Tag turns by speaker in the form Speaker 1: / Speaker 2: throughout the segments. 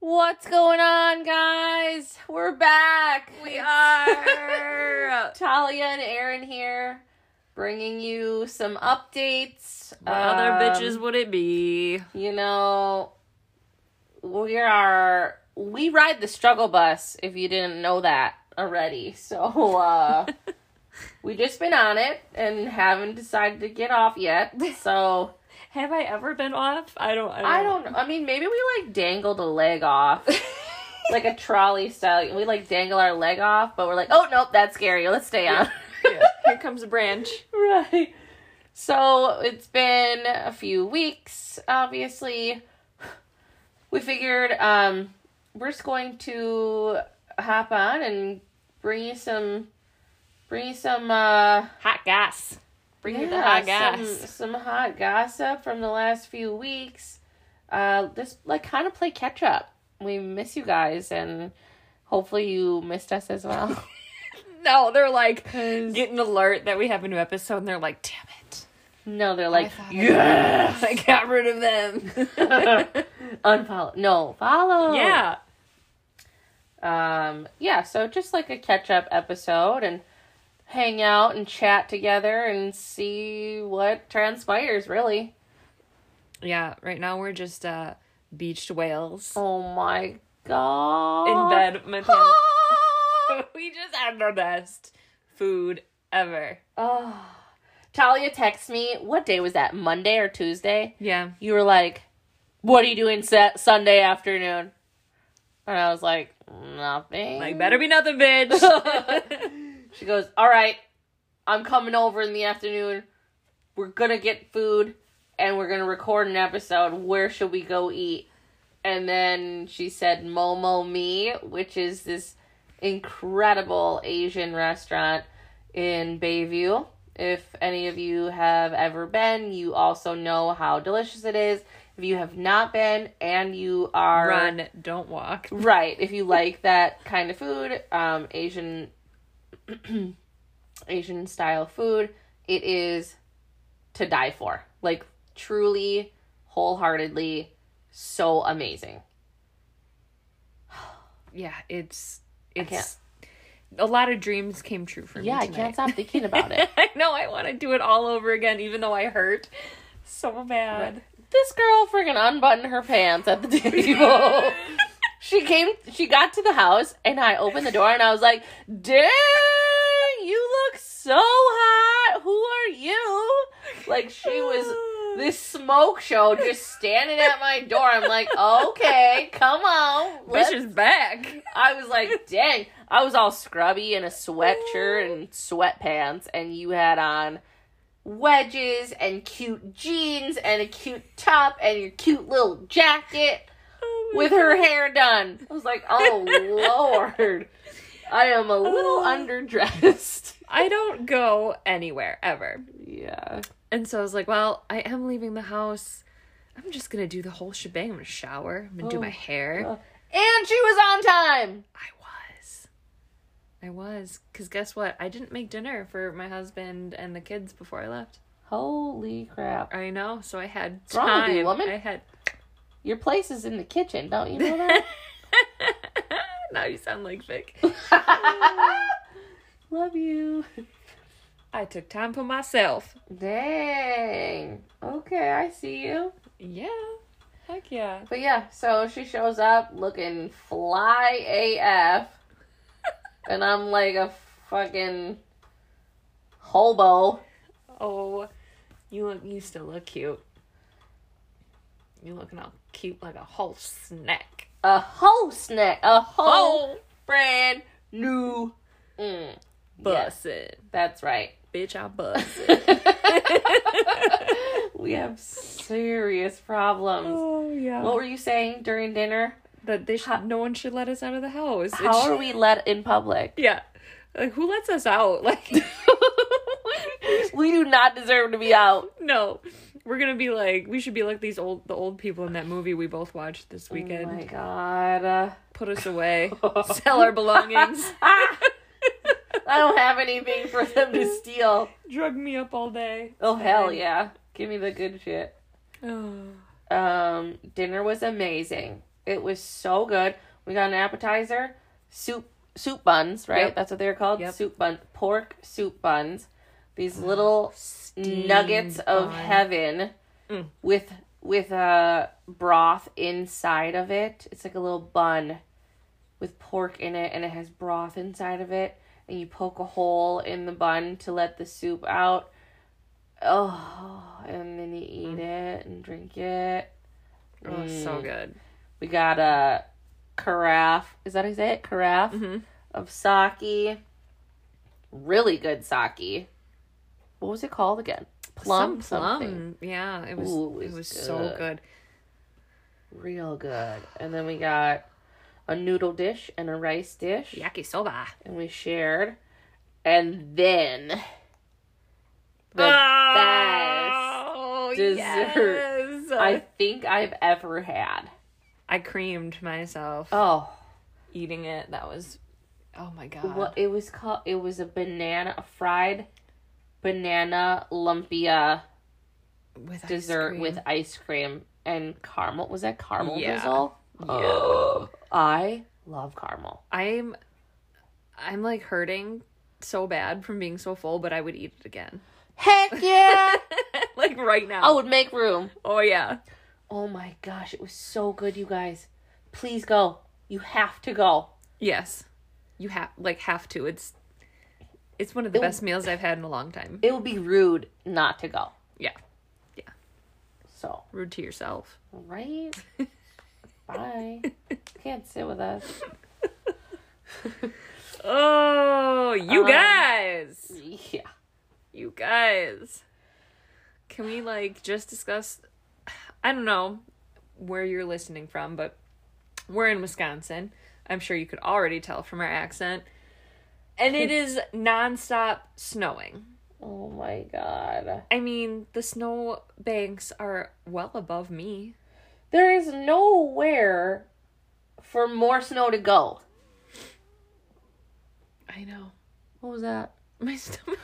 Speaker 1: What's going on, guys? We're back.
Speaker 2: We are.
Speaker 1: Talia and Aaron here, bringing you some updates.
Speaker 2: what other
Speaker 1: Um,
Speaker 2: bitches would it be?
Speaker 1: You know, we are we ride the struggle bus. If you didn't know that already, so uh, we just been on it and haven't decided to get off yet. So.
Speaker 2: Have I ever been off? I don't.
Speaker 1: I don't know. I mean, maybe we like dangled a leg off, like a trolley style. We like dangle our leg off, but we're like, oh nope, that's scary. Let's stay on.
Speaker 2: Yeah. Here comes a branch.
Speaker 1: right. So it's been a few weeks. Obviously, we figured um, we're just going to hop on and bring you some, bring you some. Uh,
Speaker 2: Hot gas. Bring it to
Speaker 1: yeah,
Speaker 2: hot gas.
Speaker 1: Some, some hot gossip from the last few weeks. Uh, just like kind of play catch up. We miss you guys, and hopefully you missed us as well.
Speaker 2: No, they're like
Speaker 1: 'Cause-
Speaker 2: get an alert that we have a new episode, and they're like, "Damn it,
Speaker 1: no, they're like
Speaker 2: thought I-
Speaker 1: yes,
Speaker 2: I got rid of them."
Speaker 1: unfollow. No, follow.
Speaker 2: yeah,
Speaker 1: Um. Yeah. So just like a catch up episode, and hang out and chat together, and see what transpires. Really.
Speaker 2: yeah. Right now we're just uh beached whales
Speaker 1: Oh my god.
Speaker 2: in bed. with My parents. we just had the best food ever.
Speaker 1: Oh. Talia texts me, what day was that? Monday or Tuesday?
Speaker 2: Yeah,
Speaker 1: You were like, what are you doing set Sunday afternoon? And I was like, nothing.
Speaker 2: like better be nothing, bitch.
Speaker 1: She goes, all right, I'm coming over in the afternoon. We're going to get food and we're going to record an episode. Where should we go eat? And then she said Momo Me, which is this incredible Asian restaurant in Bayview. If any of you have ever been, you also know how delicious it is. If you have not been and you are
Speaker 2: Run, don't walk.
Speaker 1: Right. If you like that kind of food, um, Asian Asian style food, it is to die for. Like truly, wholeheartedly, so amazing.
Speaker 2: Yeah, it's
Speaker 1: can't-
Speaker 2: it's a lot of dreams came true for me.
Speaker 1: Yeah, I can't stop thinking about it.
Speaker 2: I know I want to do it all over again, even though I hurt so bad.
Speaker 1: this girl freaking unbuttoned her pants at the table. she came she got to the house and I opened the door and I was like, Dang, you look so hot. Who are you? Like she was this smoke show just standing at my door. I'm like, okay, come on. let's-"
Speaker 2: bitch is back.
Speaker 1: I was like, dang. I was all scrubby in a sweatshirt and sweatpants, and you had on wedges and cute jeans and a cute top and your cute little jacket with her hair done. I was like, oh, Lord. I am a little
Speaker 2: Oh.
Speaker 1: underdressed.
Speaker 2: I don't go anywhere ever,
Speaker 1: Yeah.
Speaker 2: and so I was like, well, I am leaving the house. I'm just gonna do the whole shebang. I'm gonna shower. I'm gonna do
Speaker 1: Oh,
Speaker 2: my hair.
Speaker 1: God. And she was on time.
Speaker 2: I was. I was. Because guess what? I didn't make dinner for my husband and the kids before I left.
Speaker 1: Holy crap.
Speaker 2: I know. So I had
Speaker 1: What's wrong with you,
Speaker 2: time.
Speaker 1: woman?
Speaker 2: I had.
Speaker 1: Your place is in the kitchen, don't you know that?
Speaker 2: now you sound like Vic.
Speaker 1: Love you.
Speaker 2: I took time for myself.
Speaker 1: Dang. Okay, I see you.
Speaker 2: Yeah. Heck yeah.
Speaker 1: But yeah, so she shows up looking fly AF. and I'm like a fucking hobo.
Speaker 2: Oh, you look. You still look cute. You looking all cute like a whole snack.
Speaker 1: A whole snack. A whole
Speaker 2: Oh,
Speaker 1: brand new. Mm. Yes,
Speaker 2: bust it,
Speaker 1: that's right.
Speaker 2: bitch! I bust it.
Speaker 1: we have serious problems.
Speaker 2: oh yeah.
Speaker 1: What were you saying during dinner?
Speaker 2: that they should, no one should let us out of the house. It
Speaker 1: How
Speaker 2: should-
Speaker 1: are we let in public?
Speaker 2: yeah. Like who lets us out? Like
Speaker 1: we do not deserve to be out.
Speaker 2: no. We're gonna be like we should be like these old the old people in that movie we both watched this weekend.
Speaker 1: Oh my god.
Speaker 2: Put us away. Sell our belongings.
Speaker 1: Ah! I don't have anything for them to steal.
Speaker 2: Drug me up all day.
Speaker 1: Oh hell
Speaker 2: Fine.
Speaker 1: yeah. Give me the good shit.
Speaker 2: Oh.
Speaker 1: Um dinner was amazing. It was so good. We got an appetizer, soup soup buns, right?
Speaker 2: Yep.
Speaker 1: That's what they're called.
Speaker 2: Yep.
Speaker 1: Soup bun pork soup buns. These little nuggets
Speaker 2: Steamed
Speaker 1: of
Speaker 2: bun.
Speaker 1: heaven
Speaker 2: Mm.
Speaker 1: with with uh, broth inside of it. It's like a little bun with pork in it and it has broth inside of it and you poke a hole in the bun to let the soup out. Oh, and then you
Speaker 2: Mm.
Speaker 1: eat it and drink it.
Speaker 2: Oh, so
Speaker 1: Mm.
Speaker 2: good.
Speaker 1: We got a carafe. Is that how you say it? Carafe
Speaker 2: Mhm.
Speaker 1: of sake. Really good sake. What was it called again? Plum
Speaker 2: Some
Speaker 1: something.
Speaker 2: Yeah, it was.
Speaker 1: Ooh,
Speaker 2: it
Speaker 1: it
Speaker 2: was
Speaker 1: was
Speaker 2: so
Speaker 1: good.
Speaker 2: good.
Speaker 1: Real good. And then we got a noodle dish and a rice dish.
Speaker 2: Yakisoba.
Speaker 1: And we shared. And then the
Speaker 2: oh,
Speaker 1: dessert
Speaker 2: Yes.
Speaker 1: best I think I've ever had.
Speaker 2: I creamed myself
Speaker 1: Oh,
Speaker 2: eating it. That was, oh my god.
Speaker 1: Well, it was called. It was a banana, a fried banana lumpia
Speaker 2: With ice
Speaker 1: dessert
Speaker 2: cream.
Speaker 1: with ice cream and caramel. Was that caramel
Speaker 2: Yeah.
Speaker 1: drizzle? Oh, I love caramel.
Speaker 2: I'm, I'm like hurting so bad from being so full, but I would eat it again,
Speaker 1: Heck yeah!
Speaker 2: like right now.
Speaker 1: I would make room.
Speaker 2: oh yeah.
Speaker 1: Oh my gosh, it was so good, you guys. Please go. You have to go.
Speaker 2: Yes, you have like have to. It's, it's one of the
Speaker 1: It-
Speaker 2: best meals I've had in a long time.
Speaker 1: It would be rude not to go.
Speaker 2: yeah,
Speaker 1: So
Speaker 2: rude to yourself.
Speaker 1: right. Bye. Can't sit with us.
Speaker 2: Oh, you
Speaker 1: Um,
Speaker 2: guys,
Speaker 1: Yeah.
Speaker 2: you guys. Can we like just discuss? I don't know where you're listening from, but we're in Wisconsin. I'm sure you could already tell from our accent. And it is nonstop snowing.
Speaker 1: Oh my god.
Speaker 2: I mean, the snow banks are well above me.
Speaker 1: There is nowhere for more snow to go.
Speaker 2: I know.
Speaker 1: What was that?
Speaker 2: My stomach.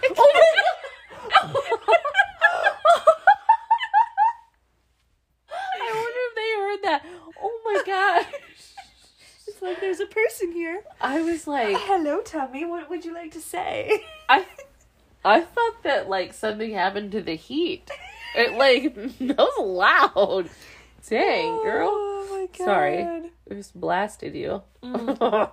Speaker 1: I wonder if they heard that. Oh my gosh.
Speaker 2: it's like there's a person here.
Speaker 1: I was like,
Speaker 2: Hello, Tommy. What would you like to say?
Speaker 1: I, I thought that like something happened to the heat. It like that was loud. Dang, girl,
Speaker 2: Oh my god.
Speaker 1: Sorry. it just blasted you. Mm.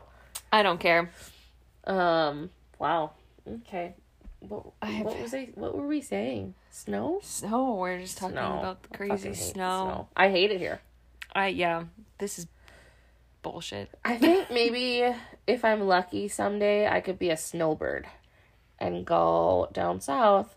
Speaker 2: I don't care.
Speaker 1: um. Wow. Okay. What,
Speaker 2: I have-
Speaker 1: what was I? What were we saying? Snow.
Speaker 2: Snow. We're just talking
Speaker 1: Snow.
Speaker 2: about the
Speaker 1: I
Speaker 2: crazy
Speaker 1: fucking
Speaker 2: snow.
Speaker 1: hate I hate it here.
Speaker 2: I yeah. This is bullshit.
Speaker 1: I think maybe if I'm lucky someday, I could be a snowbird and go down south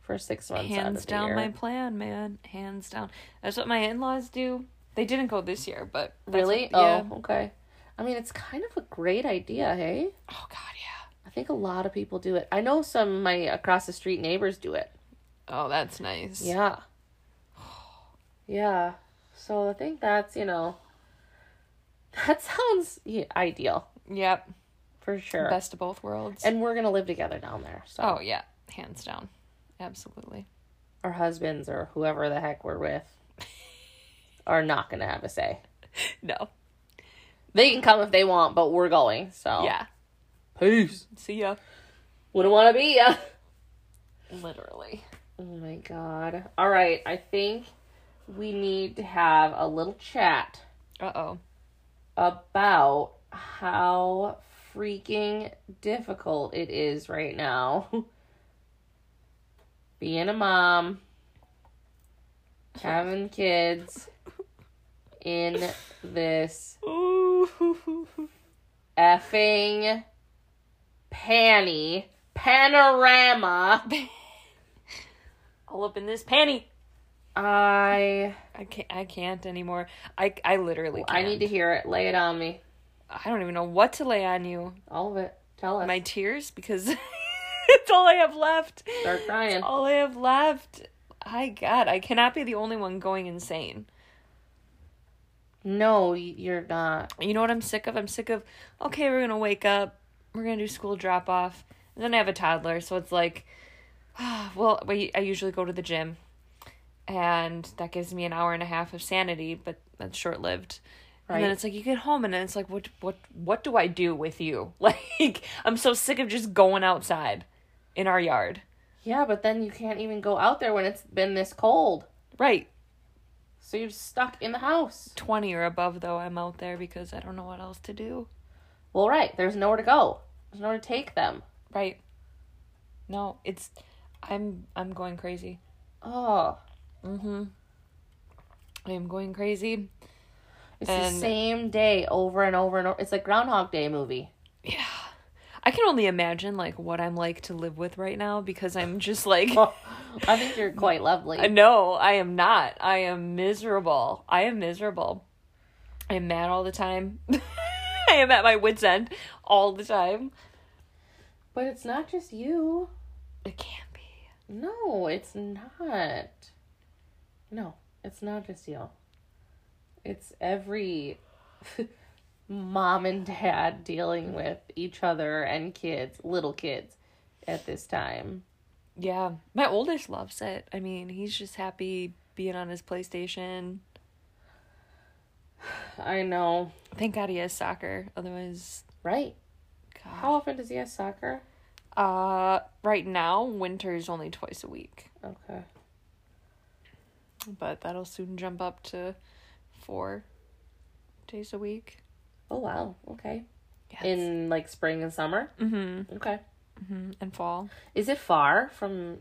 Speaker 1: for six months. out
Speaker 2: Hands
Speaker 1: of the
Speaker 2: down
Speaker 1: year.
Speaker 2: my plan, man. Hands down. That's what my in-laws do. They didn't go this year, but that's
Speaker 1: really.
Speaker 2: what- yeah.
Speaker 1: Oh, okay. I mean, it's kind of a great idea, hey?
Speaker 2: Oh god, yeah.
Speaker 1: I think a lot of people do it. I know some of my across the street neighbors do it.
Speaker 2: Oh, that's nice.
Speaker 1: Yeah. Yeah. So I think that's, you know, that sounds yeah, ideal
Speaker 2: Yep.
Speaker 1: for sure.
Speaker 2: Best of both worlds.
Speaker 1: And we're going to live together down there. So
Speaker 2: oh yeah, hands down. Absolutely.
Speaker 1: our husbands or whoever the heck we're with are not going to have a say.
Speaker 2: No.
Speaker 1: They can come if they want, but we're going. So
Speaker 2: Yeah.
Speaker 1: Peace.
Speaker 2: See ya.
Speaker 1: Wouldn't want to be ya.
Speaker 2: Literally.
Speaker 1: Oh my god. All right. I think we need to have a little chat.
Speaker 2: Uh oh.
Speaker 1: about how freaking difficult it is right now being a mom, having kids in this effing panty panorama.
Speaker 2: All up in this panty.
Speaker 1: I
Speaker 2: I can't. I can't anymore. I I literally. Can't.
Speaker 1: I need to hear it. Lay it on me.
Speaker 2: I don't even know what to lay on you.
Speaker 1: All of it. Tell us.
Speaker 2: My tears because it's all I have left.
Speaker 1: Start crying.
Speaker 2: All I have left. I God, I cannot be the only one going insane.
Speaker 1: No, y- you're not.
Speaker 2: You know what I'm sick of? I'm sick of. Okay, we're gonna wake up. We're gonna do school drop off. And then I have a toddler, so it's like, well, we- I usually go to the gym, and that gives me an hour and a half of sanity, but that's short lived. And
Speaker 1: Right.
Speaker 2: then it's like you get home, and then it's like, what, what, what do I do with you? Like, I'm so sick of just going outside, in our yard.
Speaker 1: Yeah, but then you can't even go out there when it's been this cold.
Speaker 2: Right.
Speaker 1: So you're stuck in the house.
Speaker 2: 20 or above though i'm out there because i don't know what else to do
Speaker 1: Well, right. There's nowhere to go. There's nowhere to take them.
Speaker 2: right no it's i'm i'm going crazy
Speaker 1: Oh,
Speaker 2: mm-hmm i am going crazy
Speaker 1: it's
Speaker 2: And-
Speaker 1: the same day over and over and over. It's like Groundhog Day movie.
Speaker 2: yeah i can only imagine like what i'm like to live with right now because i'm just like
Speaker 1: I think you're quite lovely.
Speaker 2: no i am not i am miserable i am miserable i am mad all the time i am at my wits end all the time
Speaker 1: But it's not just you.
Speaker 2: it can't be
Speaker 1: No, it's not. No, it's not just you. It's every mom and dad dealing with each other and kids, little kids, at this time.
Speaker 2: Yeah, my oldest loves it. I mean, he's just happy being on his PlayStation.
Speaker 1: I know.
Speaker 2: Thank God he has soccer. Otherwise,
Speaker 1: Right. How
Speaker 2: God.
Speaker 1: often does he have soccer?
Speaker 2: Uh, right now, winter is only twice a week,
Speaker 1: Okay.
Speaker 2: but that'll soon jump up to four days a week.
Speaker 1: Oh, wow. Okay.
Speaker 2: Yes.
Speaker 1: In like spring and summer?
Speaker 2: mm-hmm,
Speaker 1: Okay.
Speaker 2: mm-hmm, and fall.
Speaker 1: Is it far from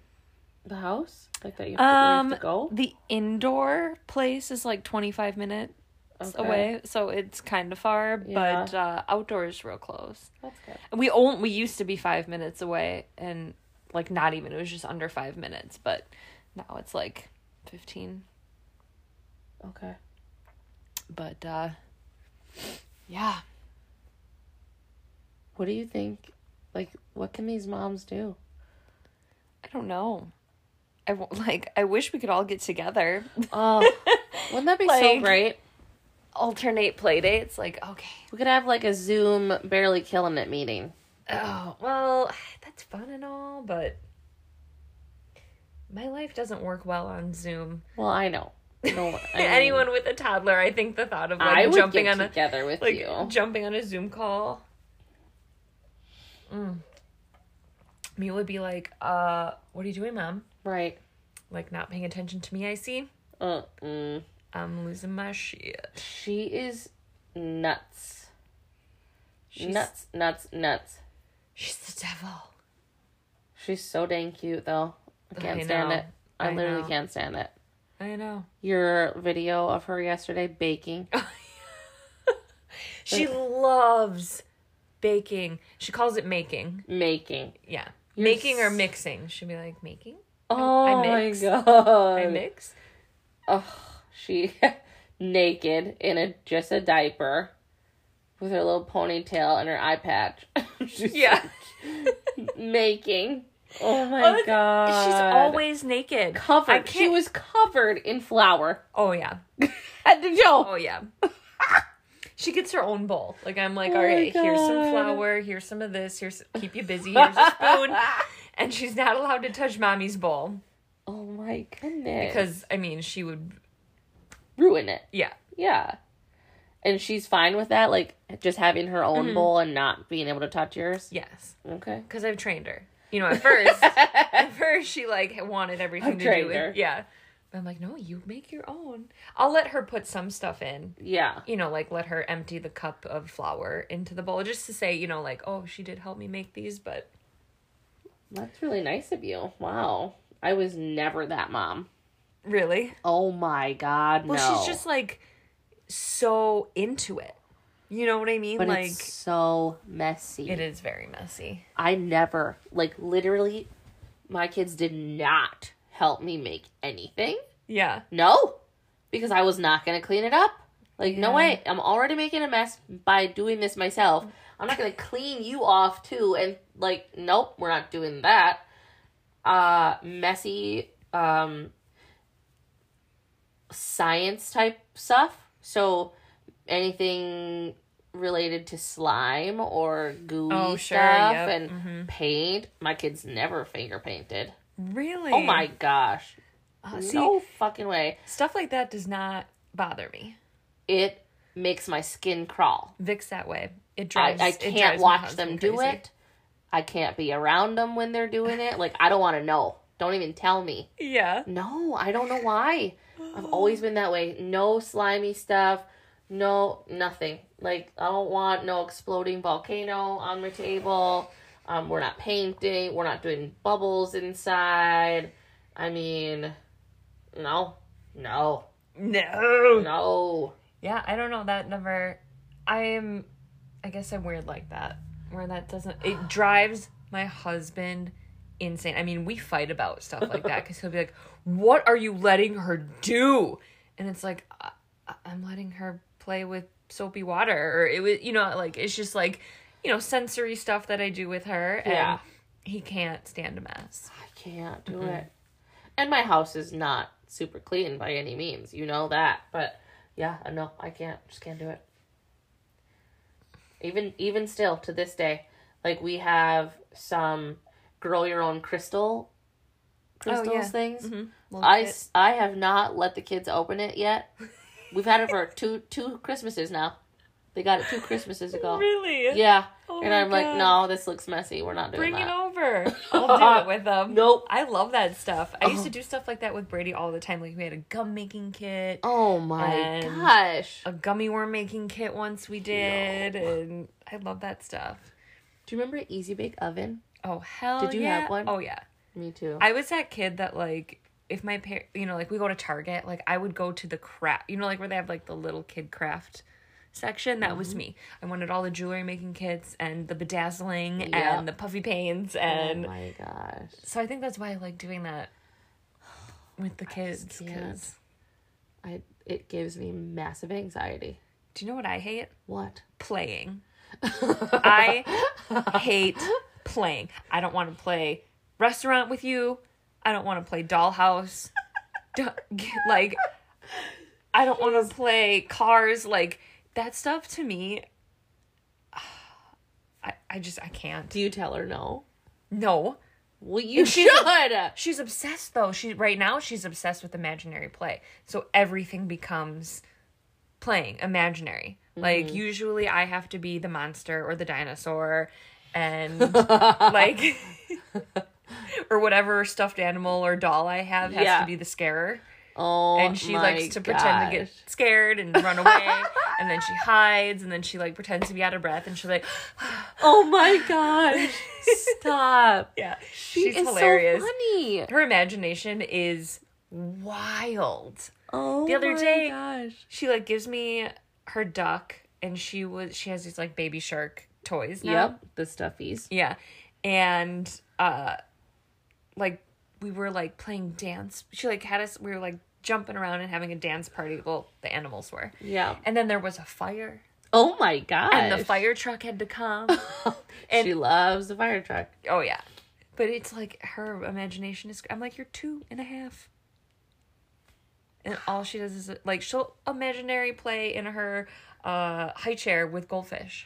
Speaker 1: the house? Like that you have to,
Speaker 2: Um,
Speaker 1: you have to go?
Speaker 2: the indoor place is like twenty five minutes
Speaker 1: Okay.
Speaker 2: away, so it's kind of far.
Speaker 1: Yeah.
Speaker 2: But uh, outdoors real close.
Speaker 1: That's good.
Speaker 2: we only we used to be five minutes away and like not even it was just under five minutes but now it's like 15
Speaker 1: Okay.
Speaker 2: but uh yeah
Speaker 1: What do you think? Like, what can these moms do?
Speaker 2: i don't know i w- like i wish we could all get together
Speaker 1: Oh, wouldn't that be so
Speaker 2: Like-
Speaker 1: great?
Speaker 2: alternate play dates like okay
Speaker 1: We could have like a Zoom barely killing it meeting.
Speaker 2: oh well that's fun and all but my life doesn't work well on zoom
Speaker 1: Well, I know. No, I mean,
Speaker 2: anyone with a toddler i think the thought of like
Speaker 1: I would
Speaker 2: jumping
Speaker 1: get
Speaker 2: on a
Speaker 1: together with
Speaker 2: like
Speaker 1: you.
Speaker 2: jumping on a Zoom call. Mm. Me would be like, uh, what are you doing, mom?
Speaker 1: Right.
Speaker 2: Like not paying attention to me, I see.
Speaker 1: Uh. mm.
Speaker 2: I'm losing my shit.
Speaker 1: She is nuts.
Speaker 2: She's
Speaker 1: Nuts. Nuts. Nuts.
Speaker 2: she's the devil.
Speaker 1: She's so dang cute though. I can't
Speaker 2: I
Speaker 1: stand
Speaker 2: know.
Speaker 1: it. I,
Speaker 2: I
Speaker 1: literally
Speaker 2: know.
Speaker 1: can't stand it.
Speaker 2: I know.
Speaker 1: Your video of her yesterday baking.
Speaker 2: She loves baking. She calls it making.
Speaker 1: Making.
Speaker 2: Yeah.
Speaker 1: You're
Speaker 2: making or
Speaker 1: s-
Speaker 2: mixing. She'd be like, making?
Speaker 1: Oh
Speaker 2: mix.
Speaker 1: my god.
Speaker 2: I mix?
Speaker 1: Ugh, she naked in a just a diaper with her little ponytail and her eye patch. She's
Speaker 2: Yeah.
Speaker 1: making. Oh my
Speaker 2: Oh, that's-
Speaker 1: god.
Speaker 2: She's always naked.
Speaker 1: covered.
Speaker 2: I can't...
Speaker 1: She was covered in flour.
Speaker 2: Oh yeah.
Speaker 1: At the joke.
Speaker 2: Oh yeah. she gets her own bowl. Like I'm like,
Speaker 1: Oh
Speaker 2: all
Speaker 1: my
Speaker 2: right, here's some
Speaker 1: God.
Speaker 2: flour, here's some of this, here's keep you busy, here's a spoon. and she's not allowed to touch mommy's bowl
Speaker 1: Oh my goodness.
Speaker 2: because I mean she would
Speaker 1: ruin it.
Speaker 2: yeah.
Speaker 1: Yeah. And she's fine with that, like just having her own
Speaker 2: Mm-hmm.
Speaker 1: bowl and not being able to touch yours.
Speaker 2: Yes.
Speaker 1: Okay.
Speaker 2: Because I've trained her. You know, at first at first she like wanted everything
Speaker 1: I've
Speaker 2: to
Speaker 1: trained
Speaker 2: do with
Speaker 1: her.
Speaker 2: yeah. But I'm like, no, you make your own. I'll let her put some stuff in.
Speaker 1: Yeah.
Speaker 2: You know, like let her empty the cup of flour into the bowl just to say, you know, like, oh, she did help me make these, but
Speaker 1: That's really nice of you. Wow. I was never that mom.
Speaker 2: really?
Speaker 1: Oh my god,
Speaker 2: Well,
Speaker 1: no.
Speaker 2: she's just like so into it. You know what I mean?
Speaker 1: but
Speaker 2: like
Speaker 1: it's so messy.
Speaker 2: it is very messy.
Speaker 1: I never like literally my kids did not help me make anything.
Speaker 2: Yeah.
Speaker 1: No. Because I was not going to clean it up. Like no
Speaker 2: Yeah.
Speaker 1: way. I'm already making a mess by doing this myself. I'm not going to clean you off too and like nope, we're not doing that. Uh messy um science type stuff. So anything related to slime or gooey
Speaker 2: Oh, sure,
Speaker 1: stuff
Speaker 2: yep, mm-hmm.
Speaker 1: and paint. My kids never finger painted.
Speaker 2: Really?
Speaker 1: Oh my gosh.
Speaker 2: Uh, see,
Speaker 1: no fucking way.
Speaker 2: stuff like that does not bother me.
Speaker 1: It makes my skin crawl.
Speaker 2: Vic's that way. It
Speaker 1: I,
Speaker 2: drives.
Speaker 1: I
Speaker 2: it
Speaker 1: can't
Speaker 2: drives my
Speaker 1: watch them
Speaker 2: husband
Speaker 1: do
Speaker 2: crazy.
Speaker 1: it. I can't be around them when they're doing it. Like, I don't want to know. Don't even tell me.
Speaker 2: Yeah.
Speaker 1: No, I don't know why. I've always been that way. No slimy stuff. No, nothing. Like, I don't want no exploding volcano on my table. Um, we're not painting. We're not doing bubbles inside. I mean, no, no,
Speaker 2: No.
Speaker 1: no.
Speaker 2: Yeah, I don't know that number. I am. I guess I'm weird like that. Where that doesn't. It drives my husband insane. I mean, we fight about stuff like that because he'll be like, "What are you letting her do?" And it's like, I, "I'm letting her play with soapy water," or it was, you know, like it's just like, you know, sensory stuff that I do with her.
Speaker 1: Yeah.
Speaker 2: And he can't stand a mess.
Speaker 1: I can't do
Speaker 2: Mm-hmm.
Speaker 1: it. And my house is not super clean by any means. You know that. But yeah, I know I can't just can't do it. Even even still to this day, like we have some grow your own crystal crystals
Speaker 2: Oh, yeah. Mm-hmm.
Speaker 1: things.
Speaker 2: Little
Speaker 1: I,
Speaker 2: bit.
Speaker 1: s- I have not let the kids open it yet. We've had it for two two Christmases now. They got it two Christmases ago.
Speaker 2: really
Speaker 1: Yeah.
Speaker 2: Oh
Speaker 1: and
Speaker 2: my
Speaker 1: I'm like, no,
Speaker 2: God.
Speaker 1: this looks messy. We're not doing
Speaker 2: Bring
Speaker 1: that.
Speaker 2: it over. I'll do it with them.
Speaker 1: Nope. Uh-huh.
Speaker 2: I love that stuff. I used to do stuff like that with Brady all the time. Like we had a gum making kit,
Speaker 1: Oh my
Speaker 2: And-
Speaker 1: gosh.
Speaker 2: a gummy worm making kit once we did, and I love that stuff.
Speaker 1: Do you remember Easy Bake Oven?
Speaker 2: Oh hell!
Speaker 1: Did you
Speaker 2: yeah.
Speaker 1: have one?
Speaker 2: Oh yeah.
Speaker 1: Me too.
Speaker 2: I was that kid that like if my par you know, like we go to Target, like I would go to the craft, you know, like where they have like the little kid craft section. That
Speaker 1: Mm-hmm.
Speaker 2: was me. I wanted all the jewelry making kits and the bedazzling
Speaker 1: Yep.
Speaker 2: and the puffy paints
Speaker 1: oh
Speaker 2: and
Speaker 1: my gosh.
Speaker 2: So I think that's why I like doing that with the kids.
Speaker 1: can't.
Speaker 2: 'cause-
Speaker 1: I it gives me massive anxiety.
Speaker 2: do you know what I hate?
Speaker 1: What?
Speaker 2: Playing. I hate playing. I don't want to play restaurant with you. I don't want to play dollhouse. Don't- like, I don't want to play cars. Like that stuff to me. I, I just I can't.
Speaker 1: Do you tell her no?
Speaker 2: No.
Speaker 1: Well, you
Speaker 2: she's
Speaker 1: should.
Speaker 2: a- She's obsessed though. She right now she's obsessed with imaginary play. So everything becomes playing imaginary.
Speaker 1: Mm-hmm.
Speaker 2: Like usually I have to be the monster or the dinosaur and like or whatever stuffed animal or doll I have has
Speaker 1: Yeah.
Speaker 2: to be the scarer.
Speaker 1: Oh,
Speaker 2: And she
Speaker 1: my
Speaker 2: likes to pretend to get
Speaker 1: gosh.
Speaker 2: scared and run away and then she hides and then she like pretends to be out of breath and she's like
Speaker 1: Oh my gosh! Stop.
Speaker 2: yeah
Speaker 1: She
Speaker 2: she's
Speaker 1: is
Speaker 2: hilarious.
Speaker 1: so funny.
Speaker 2: Her imagination is wild.
Speaker 1: Oh,
Speaker 2: The other
Speaker 1: my
Speaker 2: day-
Speaker 1: gosh.
Speaker 2: she like gives me her duck and she was she has these like baby shark toys now.
Speaker 1: Yep, the stuffies.
Speaker 2: yeah and uh like we were like playing dance she like had us we were like jumping around and having a dance party well the animals were
Speaker 1: Yeah.
Speaker 2: and then there was a fire
Speaker 1: Oh my gosh.
Speaker 2: and the fire truck had to come
Speaker 1: she loves the fire truck.
Speaker 2: oh yeah but it's like her imagination is i'm like you're two and a half and all she does is like she'll imaginary play in her uh high chair with goldfish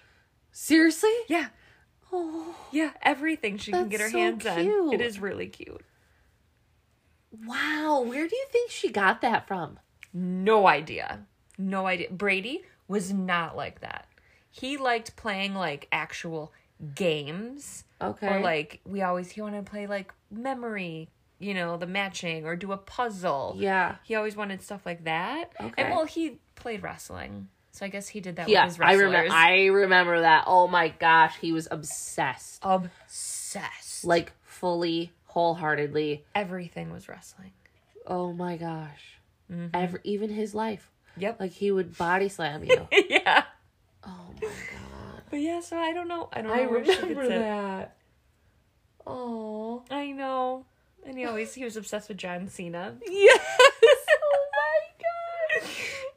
Speaker 1: Seriously?
Speaker 2: Yeah.
Speaker 1: Oh.
Speaker 2: Yeah, everything she
Speaker 1: That's
Speaker 2: can get her
Speaker 1: so
Speaker 2: hands on.
Speaker 1: cute.
Speaker 2: It is really cute.
Speaker 1: Wow. Where do you think she got that from?
Speaker 2: No idea. No idea. Brady was not like that. He liked playing like actual games.
Speaker 1: Okay.
Speaker 2: Or like we always he wanted to play like memory, you know, the matching or do a puzzle.
Speaker 1: Yeah.
Speaker 2: He always wanted stuff like that.
Speaker 1: Okay.
Speaker 2: And well he played wrestling. So I guess he did that
Speaker 1: Yeah,
Speaker 2: with his
Speaker 1: I
Speaker 2: wrestlers.
Speaker 1: remember. I remember that. Oh my gosh, he was obsessed,
Speaker 2: obsessed.
Speaker 1: like fully, wholeheartedly.
Speaker 2: Everything was wrestling.
Speaker 1: Oh my gosh, Every, even his life.
Speaker 2: Yep.
Speaker 1: Like he would body slam you.
Speaker 2: yeah.
Speaker 1: oh my god,
Speaker 2: But yeah, so I don't know. I don't know.
Speaker 1: I
Speaker 2: where she gets
Speaker 1: remember
Speaker 2: it.
Speaker 1: that. Oh
Speaker 2: I know. And he always he was obsessed with John Cena.
Speaker 1: yes.
Speaker 2: oh my god.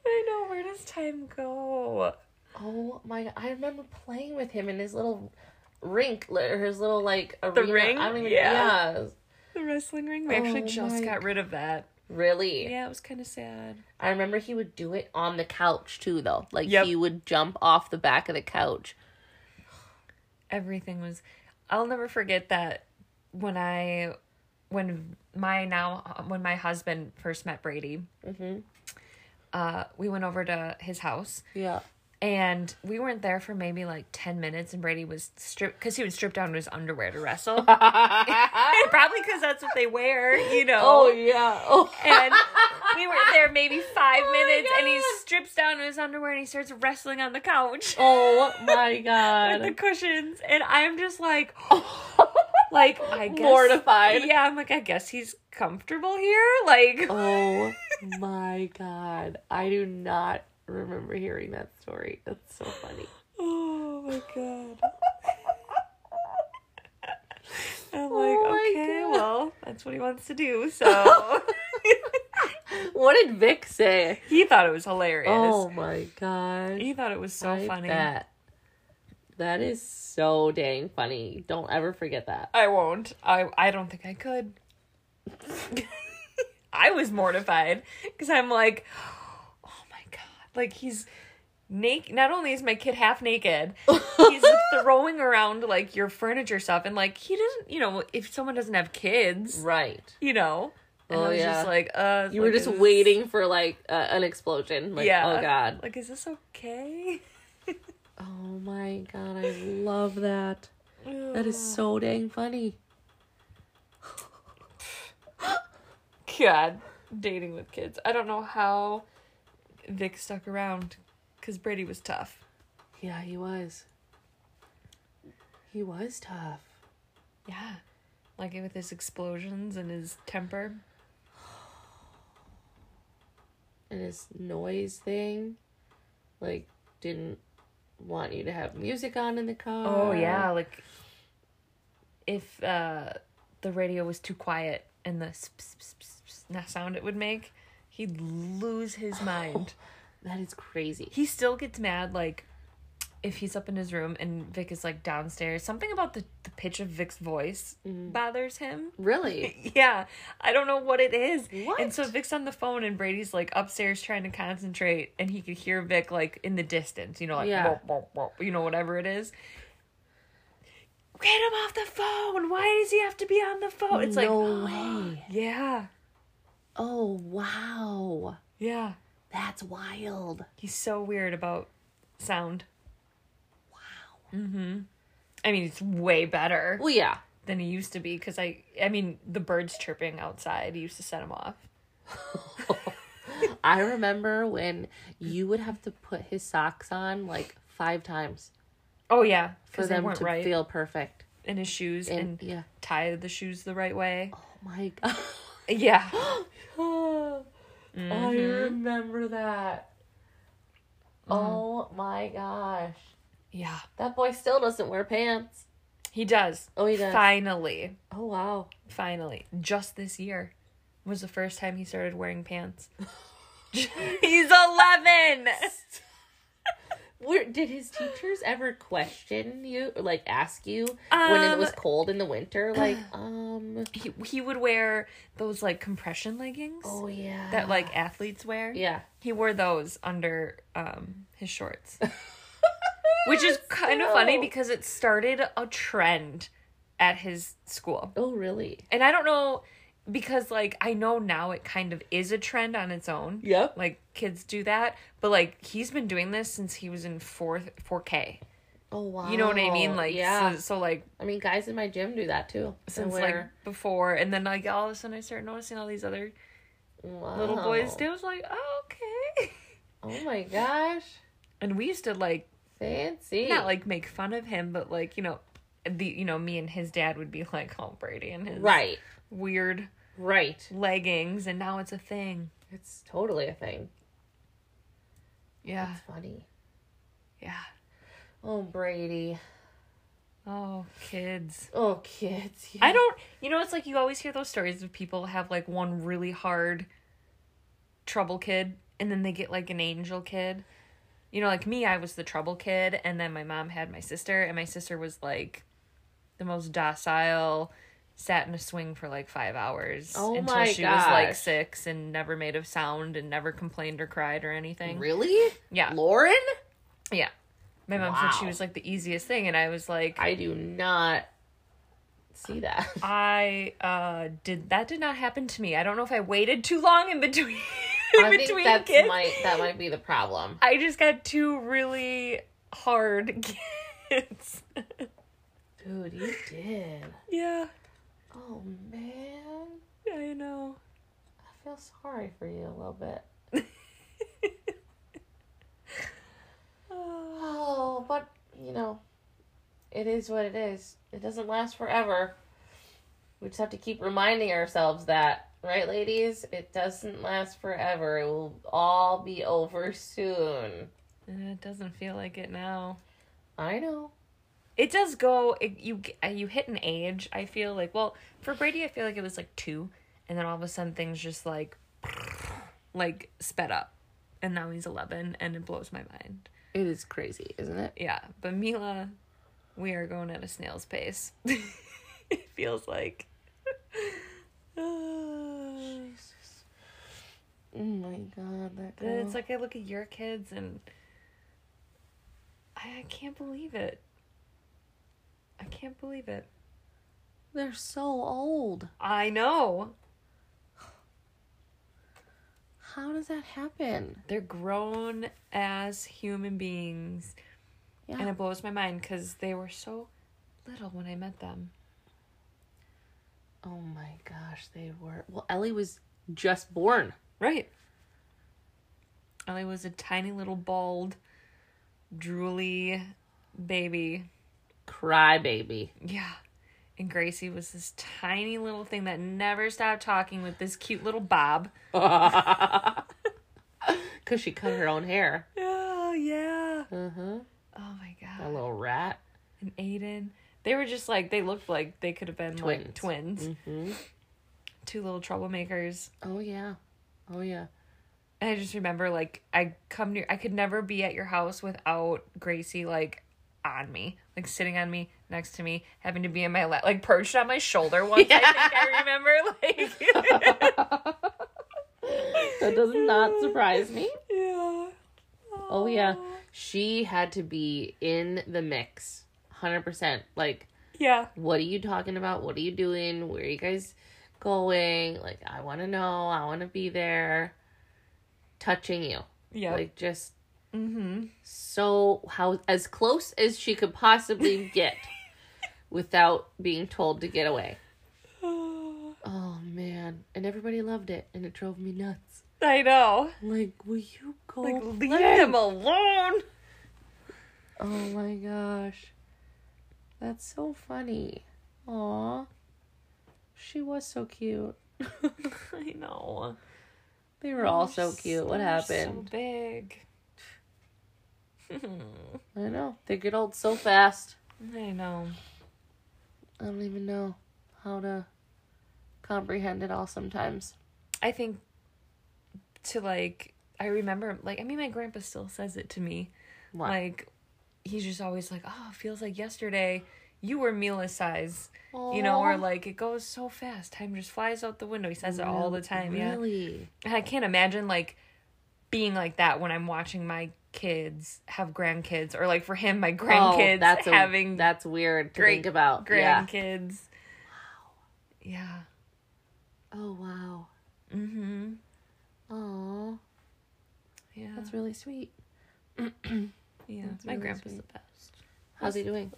Speaker 2: I know, where does time go?
Speaker 1: oh my god, I remember playing with him in his little rink li- or his little like arena.
Speaker 2: ring?
Speaker 1: I don't even.
Speaker 2: Yeah.
Speaker 1: yeah.
Speaker 2: The wrestling ring. We actually
Speaker 1: Oh
Speaker 2: just
Speaker 1: my
Speaker 2: got rid of that.
Speaker 1: Really?
Speaker 2: Yeah, it was kind of sad.
Speaker 1: I remember he would do it on the couch too, though. Like
Speaker 2: Yep.
Speaker 1: he would jump off the back of the couch.
Speaker 2: Everything was. I'll never forget that when I, when my now, when my husband first met Brady,
Speaker 1: Mm-hmm.
Speaker 2: uh, we went over to his house
Speaker 1: Yeah.
Speaker 2: and we weren't there for maybe like 10 minutes and brady was stripped because he would strip down to his underwear to wrestle probably because that's what they wear you know
Speaker 1: Oh yeah. Oh.
Speaker 2: and we were there maybe five minutes and he
Speaker 1: God.
Speaker 2: strips down to his underwear and he starts wrestling on the couch
Speaker 1: Oh my
Speaker 2: with the
Speaker 1: god.
Speaker 2: cushions and i'm just like like i guess
Speaker 1: Mortified.
Speaker 2: yeah i'm like i guess he's comfortable here like
Speaker 1: oh my god. I do not remember hearing that story. That's so funny.
Speaker 2: Oh my god. I'm like,
Speaker 1: Oh my
Speaker 2: okay,
Speaker 1: God.
Speaker 2: well, that's what he wants to do, so
Speaker 1: What did Vic say?
Speaker 2: he thought it was hilarious.
Speaker 1: Oh my god.
Speaker 2: He thought it was so
Speaker 1: I
Speaker 2: funny.
Speaker 1: bet. That is so dang funny. Don't ever forget that.
Speaker 2: I won't. I I don't think I could. I was mortified because I'm like, oh my god, like he's naked. Not only is my kid half naked, he's throwing around like your furniture stuff, and like he doesn't, you know, if someone doesn't have kids,
Speaker 1: Right.
Speaker 2: you know. And
Speaker 1: Oh,
Speaker 2: I was
Speaker 1: yeah.
Speaker 2: just like, uh,
Speaker 1: You
Speaker 2: like,
Speaker 1: were just
Speaker 2: is this-
Speaker 1: waiting for like uh, an explosion. Like,
Speaker 2: yeah.
Speaker 1: oh god.
Speaker 2: Like, is this okay?
Speaker 1: Oh my god, I love that. That is so dang funny.
Speaker 2: God, dating with kids. I don't know how Vic stuck around because Brady was tough.
Speaker 1: Yeah, he was. He was tough.
Speaker 2: Yeah, like with his explosions and his temper.
Speaker 1: And his noise thing, like, didn't want you to have music on in the car.
Speaker 2: Oh yeah, like if uh the radio was too quiet and the s- s- s- s- s- that sound it would make, he'd lose his mind.
Speaker 1: That is crazy.
Speaker 2: He still gets mad like if he's up in his room and Vic is like downstairs. Something about the the pitch of Vic's voice bothers him.
Speaker 1: Really?
Speaker 2: Yeah, I don't know what it is.
Speaker 1: What?
Speaker 2: And so Vic's on the phone and Brady's like upstairs trying to concentrate, and he could hear Vic like in the distance, you know, like
Speaker 1: Yeah.
Speaker 2: "Whoa, whoa, whoa," you know whatever it is. Get him off the phone. Why does he have to be on the phone? It's
Speaker 1: no
Speaker 2: like
Speaker 1: way.
Speaker 2: yeah,
Speaker 1: Oh wow.
Speaker 2: yeah.
Speaker 1: That's wild.
Speaker 2: He's so weird about sound. Mm-hmm.
Speaker 1: Wow.
Speaker 2: I mean, it's way better
Speaker 1: Well yeah.
Speaker 2: than he used to be because I, I mean, the birds chirping outside used to set him off.
Speaker 1: I remember when you would have to put his socks on like five times
Speaker 2: Oh yeah,
Speaker 1: for
Speaker 2: because they
Speaker 1: them
Speaker 2: weren't
Speaker 1: to
Speaker 2: right.
Speaker 1: feel perfect.
Speaker 2: in his shoes
Speaker 1: And-
Speaker 2: and,
Speaker 1: yeah.
Speaker 2: tie the shoes the right way.
Speaker 1: Oh my god.
Speaker 2: Yeah.
Speaker 1: I
Speaker 2: Mm-hmm.
Speaker 1: remember that.
Speaker 2: Mm.
Speaker 1: Oh my gosh.
Speaker 2: yeah.
Speaker 1: That boy still doesn't wear pants.
Speaker 2: He does.
Speaker 1: Oh, he does.
Speaker 2: Finally.
Speaker 1: Oh wow.
Speaker 2: Finally. Just this year was the first time he started wearing pants. He's 11.
Speaker 1: Where did his teachers ever question you or like ask you when it
Speaker 2: Um,
Speaker 1: was cold in the winter? Like, um
Speaker 2: He, he would wear those like compression leggings
Speaker 1: Oh yeah.
Speaker 2: that like athletes wear.
Speaker 1: Yeah.
Speaker 2: He wore those under um his shorts. Which is kind of funny
Speaker 1: So-
Speaker 2: because it started a trend at his school.
Speaker 1: Oh really?
Speaker 2: And I don't know because like I know now it kind of is a trend on its own.
Speaker 1: Yep.
Speaker 2: Like kids do that, but like he's been doing this since he was in fourth 4K.
Speaker 1: Oh wow.
Speaker 2: You know what I mean? Like
Speaker 1: yeah.
Speaker 2: so, so like
Speaker 1: I mean, guys in my gym do that too.
Speaker 2: since like before and then like all of a sudden I started noticing all these other
Speaker 1: like
Speaker 2: little boys do. I was like, "Oh, okay."
Speaker 1: Oh my gosh,
Speaker 2: And we used to like
Speaker 1: fancy!
Speaker 2: not like make fun of him, but like, you know, the you know, me and his dad would be like, "Oh, Brady and his
Speaker 1: right,
Speaker 2: weird
Speaker 1: right.
Speaker 2: leggings." And now it's a thing.
Speaker 1: It's totally a thing.
Speaker 2: Yeah.
Speaker 1: It's funny.
Speaker 2: Yeah.
Speaker 1: Oh Brady.
Speaker 2: Oh, kids.
Speaker 1: Oh kids.
Speaker 2: I don't, you know, it's like you always hear those stories of people have like one really hard trouble kid and then they get like an angel kid. You know, like me, I was the trouble kid and then my mom had my sister and my sister was like the most docile, sat in a swing for like five hours
Speaker 1: Oh
Speaker 2: until
Speaker 1: my
Speaker 2: she was like
Speaker 1: gosh.
Speaker 2: six and never made a sound and never complained or cried or anything.
Speaker 1: Really?
Speaker 2: Yeah.
Speaker 1: Lauren?
Speaker 2: Yeah. My mom said she
Speaker 1: Wow.
Speaker 2: was like the easiest thing, and I was like,
Speaker 1: I do not see that.
Speaker 2: I uh did that did not happen to me. I don't know if I waited too long in between in
Speaker 1: I
Speaker 2: between
Speaker 1: think that's
Speaker 2: kids.
Speaker 1: might that might be the problem.
Speaker 2: I just got two really hard kids.
Speaker 1: Dude, you did.
Speaker 2: yeah,
Speaker 1: Oh man.
Speaker 2: I know.
Speaker 1: I feel sorry for you a little bit.
Speaker 2: Oh,
Speaker 1: Oh, but you know, it is what it is. It doesn't last forever. We just have to keep reminding ourselves that, right, ladies? It doesn't last forever. It will all be over soon.
Speaker 2: it doesn't feel like it now.
Speaker 1: I know.
Speaker 2: It does go. It, you g- uh, you hit an age. I feel like well for Brady, I feel like it was like two, and then all of a sudden things just like like sped up, and now he's eleven, and it blows my mind.
Speaker 1: It is crazy, isn't it?
Speaker 2: Yeah, but Mila, we are going at a snail's pace. it feels like. and
Speaker 1: Jesus. Oh my god, that girl.
Speaker 2: it's like I look at your kids and I, I can't believe it. I can't believe it.
Speaker 1: they're so old.
Speaker 2: I know.
Speaker 1: How does that happen?
Speaker 2: They're grown as human beings.
Speaker 1: Yeah.
Speaker 2: And it blows my mind because they were so little when I met them.
Speaker 1: oh my gosh, they were. Well, Ellie was just born.
Speaker 2: Right. Ellie was a tiny little bald, drooly baby.
Speaker 1: Crybaby.
Speaker 2: Yeah. And Gracie was this tiny little thing that never stopped talking with this cute little bob.
Speaker 1: Because she cut her own hair.
Speaker 2: Oh, yeah.
Speaker 1: Uh huh.
Speaker 2: Oh, my
Speaker 1: A
Speaker 2: God.
Speaker 1: little rat.
Speaker 2: And Aiden. They were just like, they looked like they could have been like twins. Mm-hmm. Two little troublemakers.
Speaker 1: Oh, yeah. Oh, yeah.
Speaker 2: And I just remember, like, I come near, I could never be at your house without Gracie, like, on me, like sitting on me, next to me, having to be in my lap, like perched on my shoulder once. I think I remember, like,
Speaker 1: That does not surprise me.
Speaker 2: yeah,
Speaker 1: Oh, yeah. She had to be in the mix. 100%. Like,
Speaker 2: yeah,
Speaker 1: what are you talking about? What are you doing? Where are you guys going? Like, I want to know. I want to be there. Touching you.
Speaker 2: yeah.
Speaker 1: Like, just
Speaker 2: mm-hmm.
Speaker 1: so how as close as she could possibly get without being told to get away. Oh man, and everybody loved it, and it drove me nuts.
Speaker 2: I know.
Speaker 1: Like, will you go?
Speaker 2: Like, leave
Speaker 1: play?
Speaker 2: them alone.
Speaker 1: Oh my gosh, that's so funny. Aw, she was so cute.
Speaker 2: I know.
Speaker 1: They were all so cute. What
Speaker 2: They're
Speaker 1: happened?
Speaker 2: So big.
Speaker 1: I know they get old so fast.
Speaker 2: I know.
Speaker 1: I don't even know how to comprehend it all sometimes.
Speaker 2: I think to like I remember like I mean my grandpa still says it to me.
Speaker 1: What?
Speaker 2: Like he's just always like, "Oh, it feels like yesterday you were Mila's size." You know, or
Speaker 1: Aw.
Speaker 2: like it goes so fast. Time just flies out the window. He says it all the time, yeah.
Speaker 1: Really.
Speaker 2: And I can't imagine like being like that when I'm watching my kids have grandkids or like for him my grandkids
Speaker 1: Oh, that's a-
Speaker 2: having
Speaker 1: that's weird to
Speaker 2: great
Speaker 1: think about. Yeah.
Speaker 2: grandkids. Yeah.
Speaker 1: Oh wow.
Speaker 2: Mhm.
Speaker 1: Oh,
Speaker 2: Yeah.
Speaker 1: that's really sweet.
Speaker 2: yeah.
Speaker 1: that's
Speaker 2: my
Speaker 1: really
Speaker 2: grandpa's
Speaker 1: sweet.
Speaker 2: the best.
Speaker 1: How's he doing?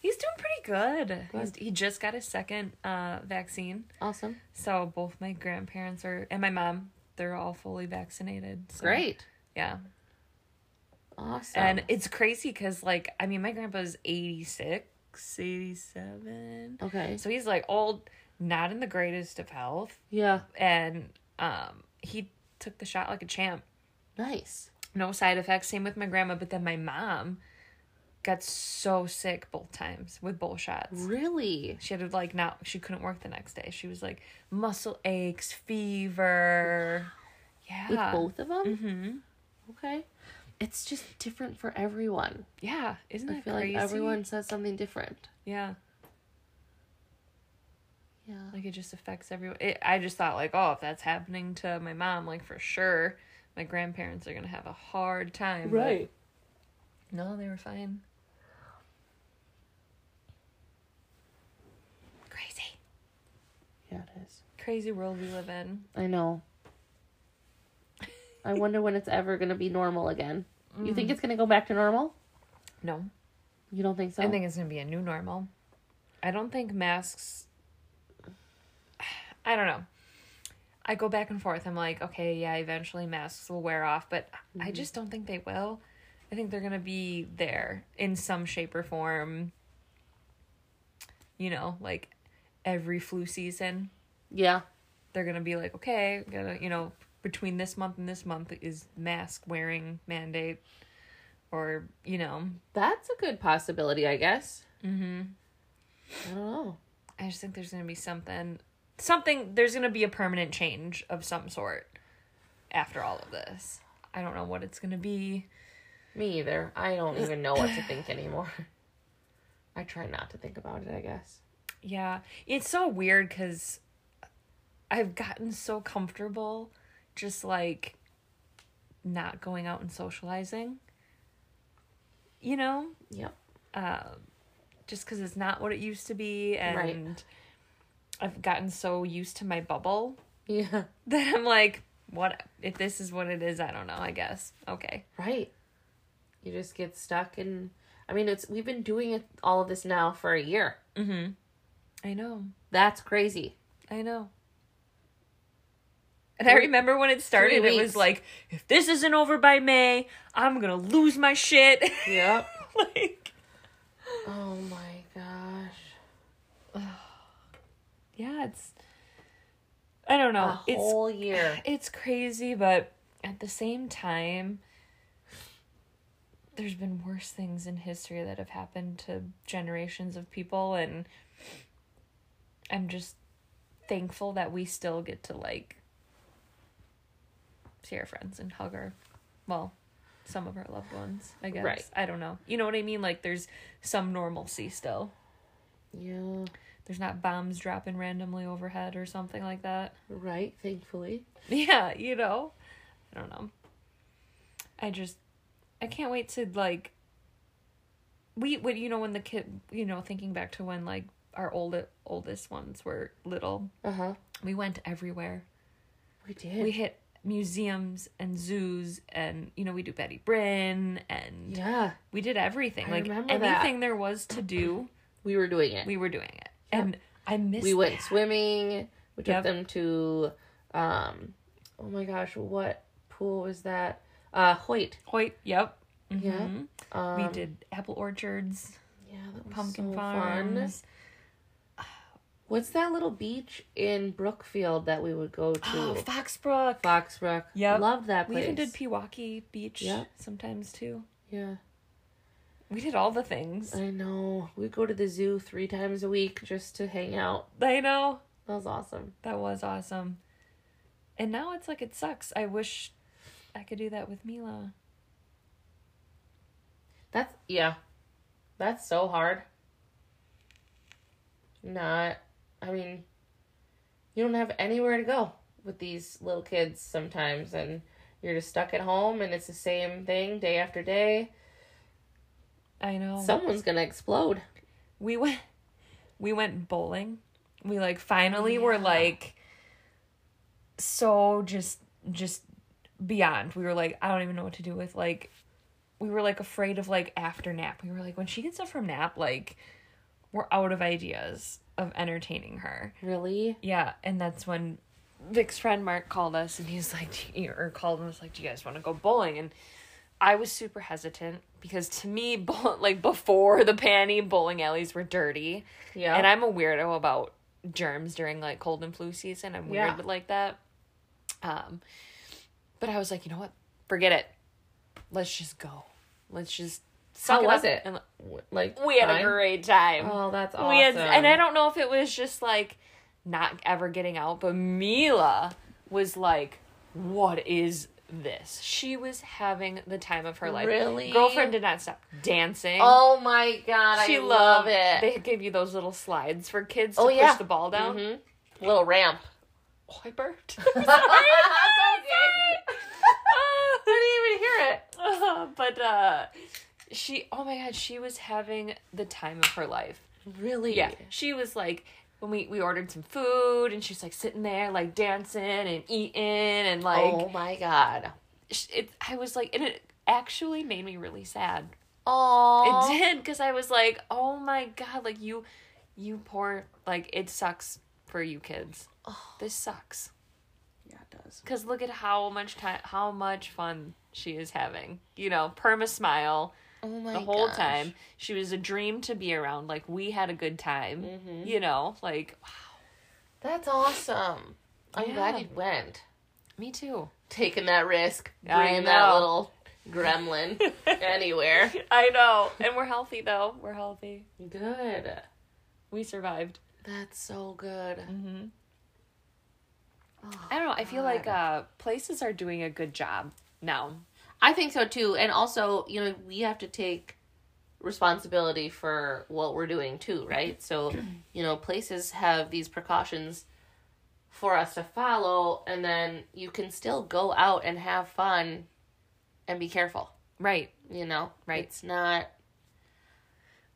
Speaker 2: He's doing pretty good. He's,
Speaker 1: Good.
Speaker 2: he just got his second uh, vaccine.
Speaker 1: Awesome.
Speaker 2: So both my grandparents are, and my mom, they're all fully vaccinated. So,
Speaker 1: Great.
Speaker 2: Yeah.
Speaker 1: Awesome.
Speaker 2: And it's crazy because, like, I mean, my grandpa's 86, 87.
Speaker 1: okay.
Speaker 2: So he's like old, not in the greatest of health.
Speaker 1: Yeah.
Speaker 2: And um, he took the shot like a champ.
Speaker 1: Nice.
Speaker 2: no side effects. Same with my grandma, but then my mom got so sick both times with both shots.
Speaker 1: Really.
Speaker 2: She had to like not she couldn't work the next day. She was like muscle aches, fever. Yeah.
Speaker 1: With both of them.
Speaker 2: Mm-hmm.
Speaker 1: Okay. It's just different for everyone.
Speaker 2: Yeah. Isn't that
Speaker 1: I feel
Speaker 2: crazy?
Speaker 1: like everyone says something different.
Speaker 2: Yeah.
Speaker 1: Yeah.
Speaker 2: Like it just affects everyone. It, I just thought like, oh, if that's happening to my mom, like for sure, my grandparents are gonna have a hard time. but
Speaker 1: Right.
Speaker 2: no, they were fine. Crazy,
Speaker 1: Yeah, it is.
Speaker 2: crazy world we live in.
Speaker 1: I know. I wonder when it's ever going to be normal again. You think it's going to go back to normal?
Speaker 2: No,
Speaker 1: You don't think so?
Speaker 2: I think it's gonna be a new normal. I don't think masks. I don't know. I go back and forth. I'm like, okay, yeah, eventually masks will wear off, but I just don't think they will. I think they're gonna be there in some shape or form. You know, like every flu season,
Speaker 1: yeah.
Speaker 2: they're gonna be like, okay, we're gonna you know between this month and this month is mask wearing mandate, or you know,
Speaker 1: That's a good possibility, I guess. Mm-hmm. I don't know.
Speaker 2: I just think there's gonna be something, something. There's gonna be a permanent change of some sort after all of this. I don't know what it's gonna be.
Speaker 1: Me either. I don't even know what to think anymore. I try not to think about it, I guess.
Speaker 2: Yeah, it's so weird because I've gotten so comfortable just like not going out and socializing. You know, um,
Speaker 1: Yep.
Speaker 2: just because it's not what it used to be, and
Speaker 1: Right.
Speaker 2: I've gotten so used to my bubble
Speaker 1: Yeah.
Speaker 2: that I'm like, what if this is what it is? I don't know. I guess okay.
Speaker 1: Right. You just get stuck in. I mean, it's we've been doing it all of this now for a year.
Speaker 2: I know.
Speaker 1: That's crazy.
Speaker 2: I know. And I remember when it started,
Speaker 1: three
Speaker 2: it
Speaker 1: weeks.
Speaker 2: was like, if this isn't over by May, I'm gonna lose my shit.
Speaker 1: Yep.
Speaker 2: like,
Speaker 1: oh my gosh.
Speaker 2: yeah, it's. I don't
Speaker 1: A
Speaker 2: know. It's
Speaker 1: whole year.
Speaker 2: it's crazy, but at the same time, there's been worse things in history that have happened to generations of people, and I'm just thankful that we still get to like see our friends and hug our, well, some of our loved ones. I guess
Speaker 1: Right.
Speaker 2: I don't know. You know what I mean? Like there's some normalcy still.
Speaker 1: Yeah.
Speaker 2: There's not bombs dropping randomly overhead or something like that.
Speaker 1: Right. Thankfully.
Speaker 2: Yeah, you know. I don't know. I just I can't wait to like we when you know when the kid you know thinking back to when like our old oldest ones were little,
Speaker 1: Uh huh.
Speaker 2: we went everywhere.
Speaker 1: We did.
Speaker 2: We hit museums and zoos and you know we do Betty Bryn and
Speaker 1: yeah.
Speaker 2: we did everything
Speaker 1: I
Speaker 2: like
Speaker 1: remember
Speaker 2: anything
Speaker 1: that.
Speaker 2: there was to do,
Speaker 1: We were doing it.
Speaker 2: we were doing it. And I miss
Speaker 1: we went
Speaker 2: that.
Speaker 1: swimming. We took
Speaker 2: Yep.
Speaker 1: them to, um, oh my gosh, what pool was that? Uh, Hoyt.
Speaker 2: Hoyt, yep.
Speaker 1: Yeah.
Speaker 2: Mhm.
Speaker 1: Um,
Speaker 2: we did apple orchards.
Speaker 1: Yeah, that was
Speaker 2: pumpkin
Speaker 1: so
Speaker 2: farms.
Speaker 1: fun. What's that little beach in Brookfield that we would go to?
Speaker 2: Oh, Foxbrook.
Speaker 1: Foxbrook.
Speaker 2: Yep.
Speaker 1: Love that
Speaker 2: we
Speaker 1: place.
Speaker 2: even did Pewaukee Beach
Speaker 1: Yep.
Speaker 2: sometimes too.
Speaker 1: yeah,
Speaker 2: We did all the things.
Speaker 1: I know. We go to the zoo three times a week just to hang out.
Speaker 2: I know.
Speaker 1: That was awesome.
Speaker 2: That was awesome. And now it's like it sucks. I wish I could do that with Mila.
Speaker 1: That's yeah. That's so hard. Not I mean you don't have anywhere to go with these little kids sometimes and you're just stuck at home and it's the same thing day after day.
Speaker 2: I know.
Speaker 1: Someone's going to explode.
Speaker 2: we went we went bowling. We like finally were like so just just beyond. We were like I don't even know what to do with like we were like afraid of like after nap. We were like when she gets up from nap like we're out of ideas of entertaining her.
Speaker 1: Really?
Speaker 2: Yeah, and that's when Vic's friend Mark called us and he's like, "Do you-" or called and was like, "Do you guys want to go bowling?" And I was super hesitant because to me, bowl- like before the panty, bowling alleys were dirty,
Speaker 1: Yeah.
Speaker 2: and I'm a weirdo about germs during like cold and flu season. I'm weird
Speaker 1: Yeah.
Speaker 2: with like that. Um, but I was like, you know what? Forget it. Let's just go. Let's just. suck
Speaker 1: was
Speaker 2: up
Speaker 1: it?
Speaker 2: and-
Speaker 1: like
Speaker 2: we had
Speaker 1: fine?
Speaker 2: a great time.
Speaker 1: Oh, that's awesome.
Speaker 2: We had, and I don't know if it was just like not ever getting out, but Mila was like, "What is this. She was having the time of her life.
Speaker 1: Really?
Speaker 2: Girlfriend did not stop dancing.
Speaker 1: Oh my god,
Speaker 2: she
Speaker 1: I love
Speaker 2: loved,
Speaker 1: it.
Speaker 2: They gave you those little slides for kids to
Speaker 1: Oh,
Speaker 2: push
Speaker 1: yeah.
Speaker 2: the ball down.
Speaker 1: Mhm. Little ramp.
Speaker 2: Oh, I burped.
Speaker 1: That's okay.
Speaker 2: Ah,
Speaker 1: I didn't even hear it.
Speaker 2: uh, but uh she oh my god, she was having the time of her life.
Speaker 1: Really?
Speaker 2: Yeah. She was like when we, we ordered some food and she's like sitting there like dancing and eating and like
Speaker 1: oh my god.
Speaker 2: sh- it, I was like, and it actually made me really sad.
Speaker 1: Oh.
Speaker 2: It did because I was like, oh my god, like you, you poor, like it sucks for you kids. This sucks
Speaker 1: Yeah, it does.
Speaker 2: because look at how much time, how much fun she is having. You know, perma smile
Speaker 1: Oh my
Speaker 2: the whole
Speaker 1: gosh.
Speaker 2: time. She was a dream to be around. Like we had a good time.
Speaker 1: Mm-hmm.
Speaker 2: You know, like
Speaker 1: That's awesome. I'm
Speaker 2: Yeah.
Speaker 1: glad you went.
Speaker 2: me too.
Speaker 1: Taking that risk,
Speaker 2: I
Speaker 1: bringing that
Speaker 2: know.
Speaker 1: little gremlin anywhere.
Speaker 2: I know, and we're healthy though. We're healthy.
Speaker 1: Good.
Speaker 2: We survived.
Speaker 1: That's so good.
Speaker 2: Mm-hmm.
Speaker 1: Oh,
Speaker 2: I don't know. I feel like
Speaker 1: God.
Speaker 2: uh, places are doing a good job now.
Speaker 1: I think so too. And also, you know, we have to take responsibility for what we're doing too, right? So, you know, places have these precautions for us to follow, and then you can still go out and have fun and be careful,
Speaker 2: Right.
Speaker 1: you know?
Speaker 2: Right.
Speaker 1: It's not.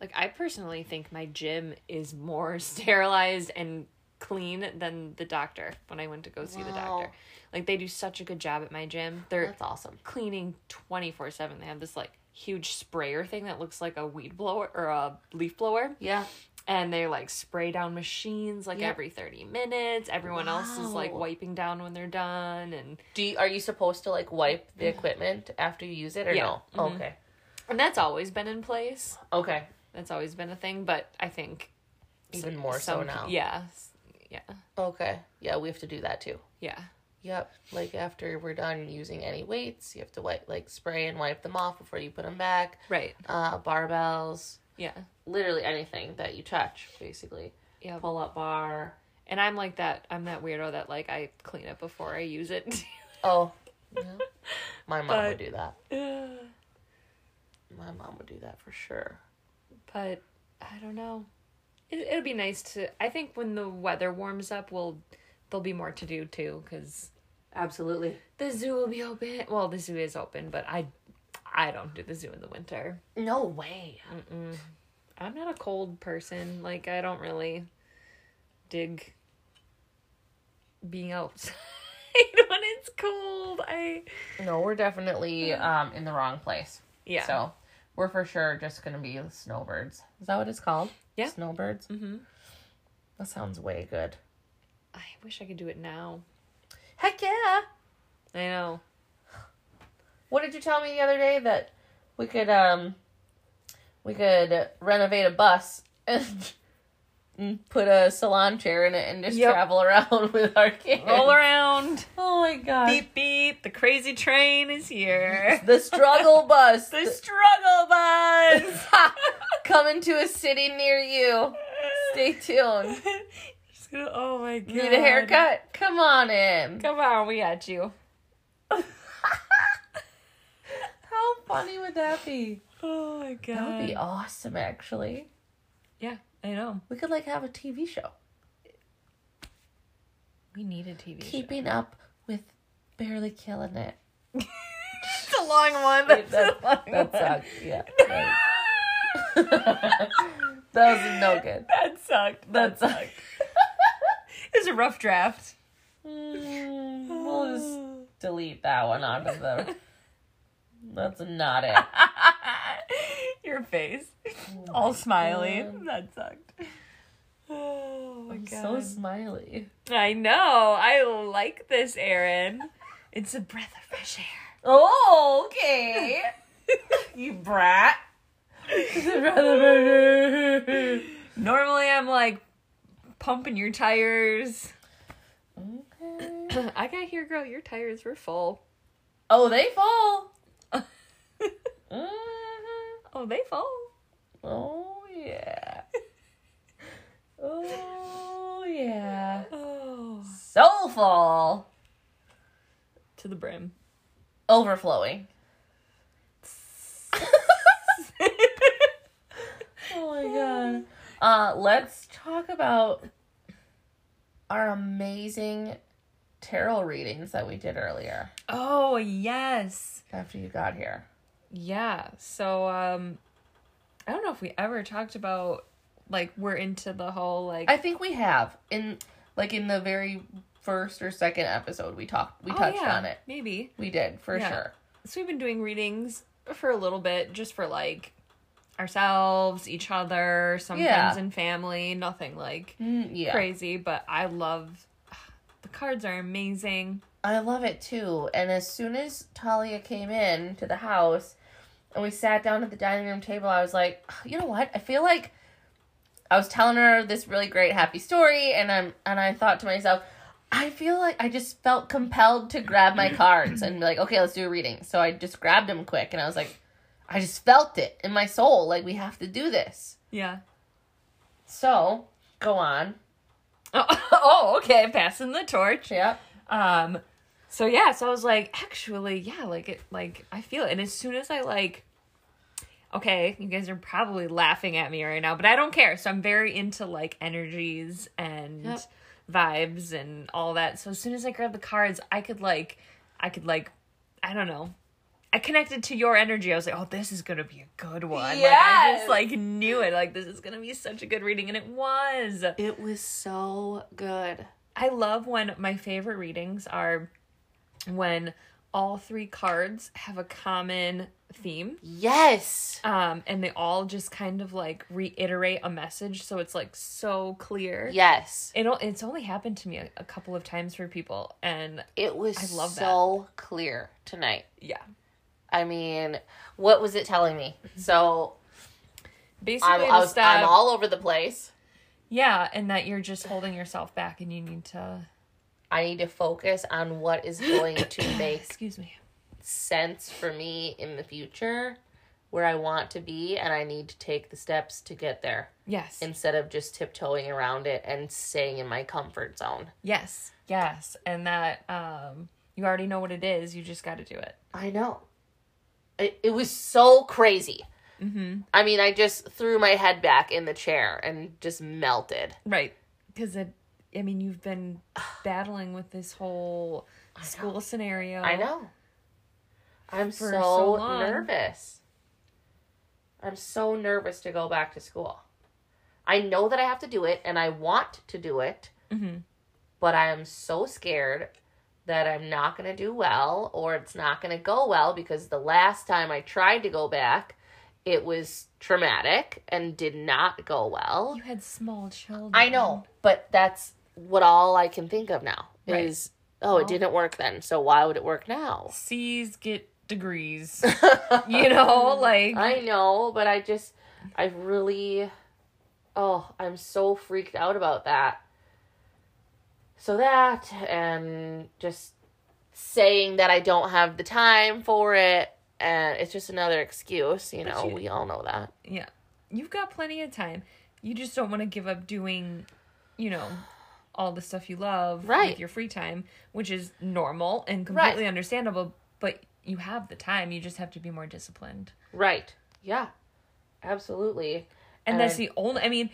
Speaker 2: Like I personally think my gym is more sterilized and clean than the doctor when I went to go see the
Speaker 1: Wow.
Speaker 2: doctor. Like they do such a good job at my gym. They're
Speaker 1: That's awesome.
Speaker 2: cleaning 24/7. They have this like huge sprayer thing that looks like a weed blower or a leaf blower
Speaker 1: Yeah.
Speaker 2: and they like spray down machines like
Speaker 1: Yep.
Speaker 2: every 30 minutes. Everyone else is like
Speaker 1: Wow.
Speaker 2: wiping down when they're done and
Speaker 1: Do you, are you supposed to like wipe the equipment after you use it or
Speaker 2: Yeah.
Speaker 1: no?
Speaker 2: Mhm.
Speaker 1: Okay.
Speaker 2: and that's always been in place.
Speaker 1: Okay.
Speaker 2: That's always been a thing, but I think
Speaker 1: Even more so
Speaker 2: some-
Speaker 1: now.
Speaker 2: Yeah. Yeah.
Speaker 1: Okay. Yeah, we have to do that too.
Speaker 2: Yeah.
Speaker 1: Yep. Like after we're done using any weights, you have to wipe, like spray and wipe them off before you put them back.
Speaker 2: Right.
Speaker 1: Uh, barbells,
Speaker 2: Yeah.
Speaker 1: literally anything that you touch, basically.
Speaker 2: Yeah.
Speaker 1: Pull up bar.
Speaker 2: And I'm like that. I'm that weirdo that like I clean up before I use it.
Speaker 1: Oh, yeah. my mom would
Speaker 2: But-
Speaker 1: do that.
Speaker 2: but
Speaker 1: My mom would do that for sure.
Speaker 2: I don't know. It, it'll be nice to. I think when the weather warms up, we'll there'll be more to do too. Cause
Speaker 1: Absolutely.
Speaker 2: the zoo will be open. Well, the zoo is open, but I I don't do the zoo in the winter.
Speaker 1: No way.
Speaker 2: Mm-mm. I'm not a cold person. Like I don't really dig being outside when it's cold. I
Speaker 1: No, we're definitely um in the wrong place.
Speaker 2: yeah.
Speaker 1: So we're for sure just gonna be snowbirds. Is that what it's called?
Speaker 2: Yeah.
Speaker 1: Snowbirds.
Speaker 2: hmm
Speaker 1: That sounds way good.
Speaker 2: I wish I could do it now.
Speaker 1: Heck yeah.
Speaker 2: I know.
Speaker 1: What did you tell me the other day that we could um we could renovate a bus and, and put a salon chair in it and just
Speaker 2: Yep.
Speaker 1: travel around with our kids?
Speaker 2: Roll around.
Speaker 1: Oh my god.
Speaker 2: Beep beep. The crazy train is here.
Speaker 1: The struggle bus
Speaker 2: The struggle bus.
Speaker 1: coming to a city near you. Stay tuned.
Speaker 2: Just gonna- oh my god.
Speaker 1: Need a haircut? Come on in.
Speaker 2: Come on, we got you.
Speaker 1: How funny would that be?
Speaker 2: Oh my god.
Speaker 1: That would be awesome actually.
Speaker 2: yeah, I know.
Speaker 1: We could like have a TV show.
Speaker 2: We need a TV
Speaker 1: Keeping up with barely killing it.
Speaker 2: It's a long one.
Speaker 1: That- that sucked. Yeah. right. that was no good.
Speaker 2: That sucked.
Speaker 1: That sucked.
Speaker 2: It was a rough draft.
Speaker 1: Mm, we'll just delete that one out of the. That's not it.
Speaker 2: Your face, all smiley.
Speaker 1: Oh God.
Speaker 2: That sucked. Oh my
Speaker 1: I'm
Speaker 2: god.
Speaker 1: so smiley.
Speaker 2: I know. I like this, Erin. It's a breath of fresh air.
Speaker 1: Oh, okay. you brat. okay.
Speaker 2: Normally, I'm like pumping your tires. I got here, girl. Your tires were full.
Speaker 1: Oh, they fall.
Speaker 2: oh,
Speaker 1: Mhm.
Speaker 2: they full.
Speaker 1: Oh yeah. Oh yeah.
Speaker 2: Oh,
Speaker 1: Soulful.
Speaker 2: to the brim.
Speaker 1: Overflowing. oh my god. Uh, let's talk about our amazing tarot readings that we did earlier
Speaker 2: Oh, yes.
Speaker 1: after you got here.
Speaker 2: Yeah. So um I don't know if we ever talked about like we're into the whole like
Speaker 1: I think we have in like in the very first or second episode we talked we
Speaker 2: Oh,
Speaker 1: touched
Speaker 2: yeah,
Speaker 1: on it.
Speaker 2: Maybe.
Speaker 1: We did for
Speaker 2: Yeah.
Speaker 1: sure.
Speaker 2: So we've been doing readings for a little bit just for like ourselves, each other, some
Speaker 1: Yeah.
Speaker 2: friends and family, nothing like
Speaker 1: Mm, yeah.
Speaker 2: crazy, but I love the cards are amazing.
Speaker 1: I love it too. And as soon as Talia came in to the house and we sat down at the dining room table, I was like, you know what? I feel like I was telling her this really great happy story and I'm and I thought to myself, I feel like I just felt compelled to grab my cards and be like, okay, let's do a reading. So I just grabbed them quick and I was like, I just felt it in my soul, like we have to do this.
Speaker 2: Yeah.
Speaker 1: So go on.
Speaker 2: Oh, oh okay, passing the torch.
Speaker 1: Yep.
Speaker 2: Um, so yeah, so I was like, actually, yeah, like it, like I feel it. And as soon as I like, okay, you guys are probably laughing at me right now, but I don't care. So I'm very into like energies and
Speaker 1: Yep.
Speaker 2: vibes and all that. So as soon as I grabbed the cards, I could like, I could like, I don't know. I connected to your energy. I was like, "Oh, this is gonna be a good one." Like I
Speaker 1: Yes.
Speaker 2: just like knew it. Like this is gonna be such a good reading, and it was.
Speaker 1: It was so good.
Speaker 2: I love when my favorite readings are when all three cards have a common theme
Speaker 1: Yes.
Speaker 2: um, and they all just kind of like reiterate a message so it's like so clear
Speaker 1: Yes.
Speaker 2: it o- it's only happened to me a, a couple of times for people and
Speaker 1: It was
Speaker 2: I love that.
Speaker 1: so clear tonight.
Speaker 2: yeah
Speaker 1: I mean, what was it telling me? So
Speaker 2: basically
Speaker 1: I'm,
Speaker 2: Mhm. the
Speaker 1: I was,
Speaker 2: stuff-
Speaker 1: I'm all over the place.
Speaker 2: yeah and that you're just holding yourself back and you need to
Speaker 1: I need to focus on what is going to make
Speaker 2: excuse me
Speaker 1: sense for me in the future, where I want to be, and I need to take the steps to get there
Speaker 2: yes
Speaker 1: instead of just tiptoeing around it and staying in my comfort zone.
Speaker 2: yes yes and that um you already know what it is you just got to do it
Speaker 1: I know. It, it was so crazy. Mm-hmm. I mean, I just threw my head back in the chair and just melted.
Speaker 2: Right. Because it, I mean, you've been battling with this whole school scenario.
Speaker 1: I know. I'm so,
Speaker 2: Oh. For so long.
Speaker 1: nervous. I'm so nervous to go back to school. I know that I have to do it and I want to do it,
Speaker 2: Mhm.
Speaker 1: but I am so scared that I'm not going to do well or it's not going to go well because the last time I tried to go back, it was traumatic and did not go well.
Speaker 2: You had small children.
Speaker 1: I know, but that's what all I can think of now
Speaker 2: Right.
Speaker 1: is oh, it didn't work then, so why would it work now?
Speaker 2: C's get degrees. you know, like.
Speaker 1: I know, but I just, I really, oh, I'm so freaked out about that. So that, and just saying that I don't have the time for it, and it's just another excuse, you
Speaker 2: But
Speaker 1: know,
Speaker 2: you-
Speaker 1: we all know that.
Speaker 2: yeah. You've got plenty of time. You just don't want to give up doing, you know, all the stuff you love
Speaker 1: Right.
Speaker 2: with your free time, which is normal and
Speaker 1: Right.
Speaker 2: completely understandable, but you have the time. You just have to be more disciplined.
Speaker 1: Right. Yeah. Absolutely.
Speaker 2: And,
Speaker 1: And
Speaker 2: that's
Speaker 1: I-
Speaker 2: the only, I mean,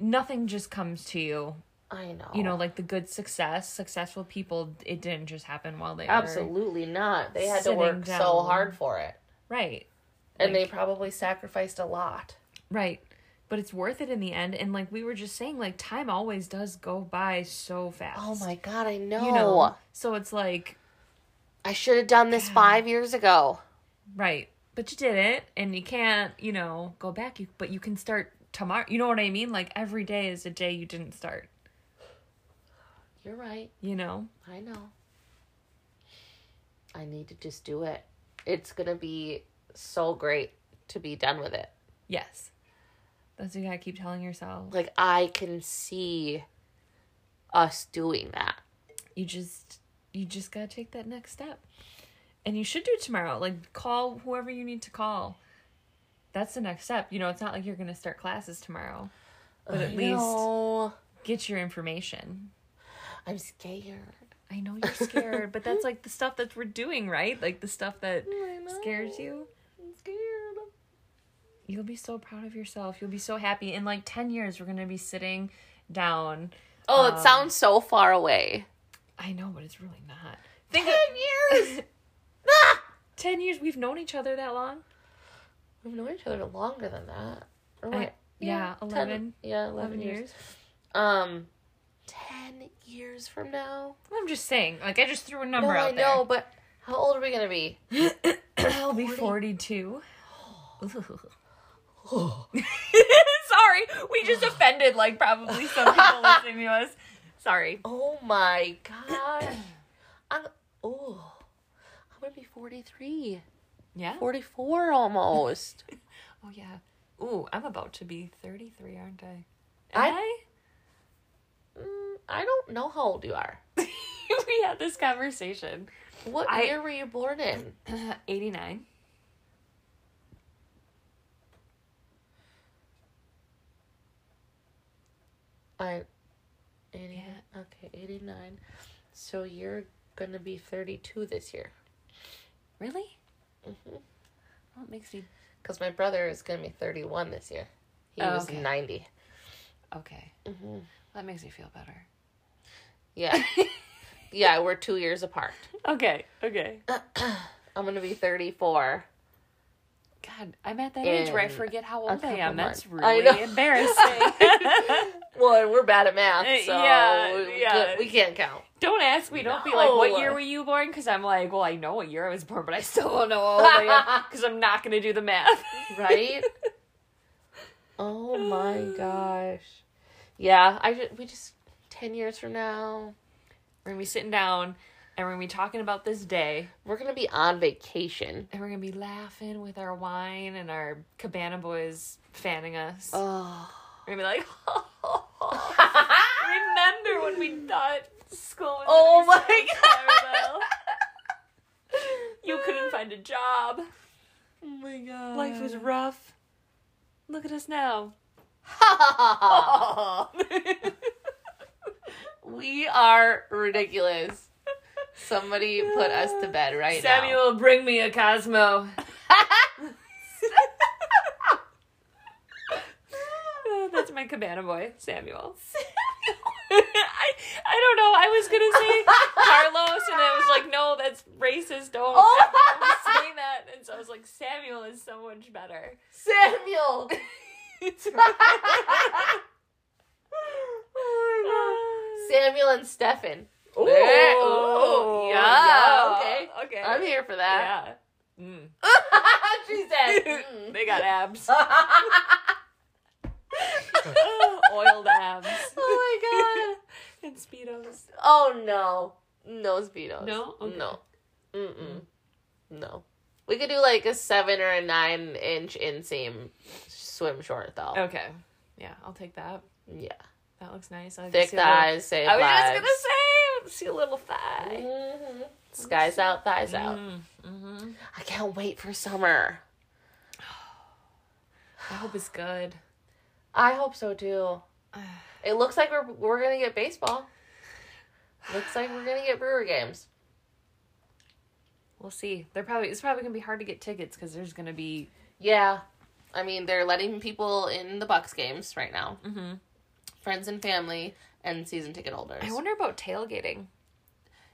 Speaker 2: nothing just comes to you
Speaker 1: I know.
Speaker 2: you know like the good success successful people it didn't just happen while they were
Speaker 1: absolutely not. They had to
Speaker 2: Sitting
Speaker 1: work so
Speaker 2: down.
Speaker 1: hard for it.
Speaker 2: right
Speaker 1: And they probably sacrificed a lot.
Speaker 2: right but it's worth it in the end and like we were just saying like time always does go by so fast
Speaker 1: Oh my god, I know.
Speaker 2: you know so it's like
Speaker 1: I should have done this five years ago.
Speaker 2: right but you did it and you can't you know go back you but you can start tomorrow you know what i mean like every day is a day you didn't start
Speaker 1: You're right.
Speaker 2: you know
Speaker 1: I know. I need to just do it. It's going to be so great to be done with it.
Speaker 2: yes that's what you gotta keep telling yourself
Speaker 1: Like, I can see us doing that.
Speaker 2: you just you just gotta take that next step and you should do it tomorrow like call whoever you need to call that's the next step you know it's not like you're gonna start classes tomorrow but at least
Speaker 1: No,
Speaker 2: get your information
Speaker 1: I'm scared.
Speaker 2: I know you're scared, but that's like the stuff that we're doing, right? Like the stuff that scares you.
Speaker 1: I'm scared.
Speaker 2: You'll be so proud of yourself. You'll be so happy. In like 10 years, we're going to be sitting down.
Speaker 1: Oh,
Speaker 2: Um,
Speaker 1: it sounds so far away.
Speaker 2: I know, but it's really not. Think
Speaker 1: years.
Speaker 2: of 10 years. We've known each other that long.
Speaker 1: Ah! We've known each other longer than that. Or
Speaker 2: I-
Speaker 1: what?
Speaker 2: yeah, 11.
Speaker 1: yeah,
Speaker 2: 11
Speaker 1: eleven years.
Speaker 2: years.
Speaker 1: Um, ten years from now.
Speaker 2: I'm just saying. Like, I just threw a
Speaker 1: No,
Speaker 2: number
Speaker 1: I
Speaker 2: out
Speaker 1: know, but how old are we gonna be?
Speaker 2: there. I'll be 42. Sorry, we just offended like probably some people listening to us. Sorry.
Speaker 1: Oh my gosh. I'm oh, I'm gonna be 43,
Speaker 2: Yeah.
Speaker 1: 44 almost.
Speaker 2: Oh yeah. Ooh, I'm about to be 33, aren't I?
Speaker 1: I-
Speaker 2: Am I?
Speaker 1: Mm, I don't know how old you are.
Speaker 2: we had this conversation.
Speaker 1: What
Speaker 2: I-
Speaker 1: year were you born in?
Speaker 2: 89.
Speaker 1: I, 80,
Speaker 2: Yeah.
Speaker 1: okay, 89. So you're gonna be 32 this year.
Speaker 2: Really? Mm-hmm.
Speaker 1: Mhm.
Speaker 2: What makes me
Speaker 1: Because my brother is going to be 31 this year. He
Speaker 2: Oh,
Speaker 1: was
Speaker 2: okay.
Speaker 1: 90.
Speaker 2: Okay.
Speaker 1: Mm-hmm.
Speaker 2: That makes me feel better.
Speaker 1: Yeah. yeah, we're two years apart.
Speaker 2: Okay. Okay.
Speaker 1: I'm going to be 34.
Speaker 2: God, I'm at that age where I
Speaker 1: In
Speaker 2: forget how
Speaker 1: a
Speaker 2: old I
Speaker 1: couple
Speaker 2: am. That's
Speaker 1: months. I
Speaker 2: really
Speaker 1: know.
Speaker 2: embarrassing.
Speaker 1: Well, and we're bad at math,
Speaker 2: Uh,
Speaker 1: so
Speaker 2: yeah,
Speaker 1: we,
Speaker 2: yeah.
Speaker 1: can't- we can't count.
Speaker 2: don't ask me. Don't be like, what
Speaker 1: No.
Speaker 2: year were you born? Because I'm like, well, I know what year I was born, but I still don't know how old I am because I'm not going to do the math.
Speaker 1: Right? oh my gosh. Yeah, I ju- we just 10 years from now,
Speaker 2: We're going to be sitting down and we're going to be talking about this day
Speaker 1: we're going to be on vacation.
Speaker 2: and we're going to be laughing with our wine and our cabana boys fanning us.
Speaker 1: Oh.
Speaker 2: We're going to be like, remember when we thought school was
Speaker 1: Oh
Speaker 2: gonna be
Speaker 1: my
Speaker 2: so terrible. You couldn't find a job.
Speaker 1: Oh my god.
Speaker 2: Life was rough. Look at us now.
Speaker 1: we are ridiculous. Somebody put us to bed right now.
Speaker 2: Samuel, bring me a Cosmo. Oh, That's my cabana boy, Samuel. I, I don't know. I was gonna say Carlos, and I was like, no, that's racist. Don't,
Speaker 1: Oh.
Speaker 2: don't say that. And so I was like, Samuel is so much better.
Speaker 1: Samuel.
Speaker 2: Oh
Speaker 1: Samuel and Stefan.
Speaker 2: Ooh.
Speaker 1: Yeah, ooh, yeah, okay.
Speaker 2: Okay.
Speaker 1: I'm here for that.
Speaker 2: Yeah. Mm.
Speaker 1: she said. mm. Oh
Speaker 2: they got abs. Oiled abs.
Speaker 1: oh my god.
Speaker 2: and speedos.
Speaker 1: Oh no. No speedos.
Speaker 2: No? Okay.
Speaker 1: No. Mm mm. No. We could do like a seven or a nine inch inseam swim short though.
Speaker 2: Okay. Yeah, I'll take that.
Speaker 1: Yeah.
Speaker 2: That looks nice. I like to
Speaker 1: Thick
Speaker 2: see a little-
Speaker 1: thighs, save
Speaker 2: I was
Speaker 1: lives.
Speaker 2: just gonna say, I see a little thigh.
Speaker 1: hmm Skies out, thighs out.
Speaker 2: Mm-hmm.
Speaker 1: I can't wait for summer.
Speaker 2: I hope it's good.
Speaker 1: I hope so too. It looks like we're we're gonna get baseball. Looks like we're gonna get Brewer games.
Speaker 2: We'll see. They're probably it's probably gonna be hard to get tickets because there's gonna be
Speaker 1: Yeah, I mean they're letting people in the Bucks games right now,
Speaker 2: mm-hmm.
Speaker 1: friends and family and season ticket holders.
Speaker 2: I wonder about tailgating.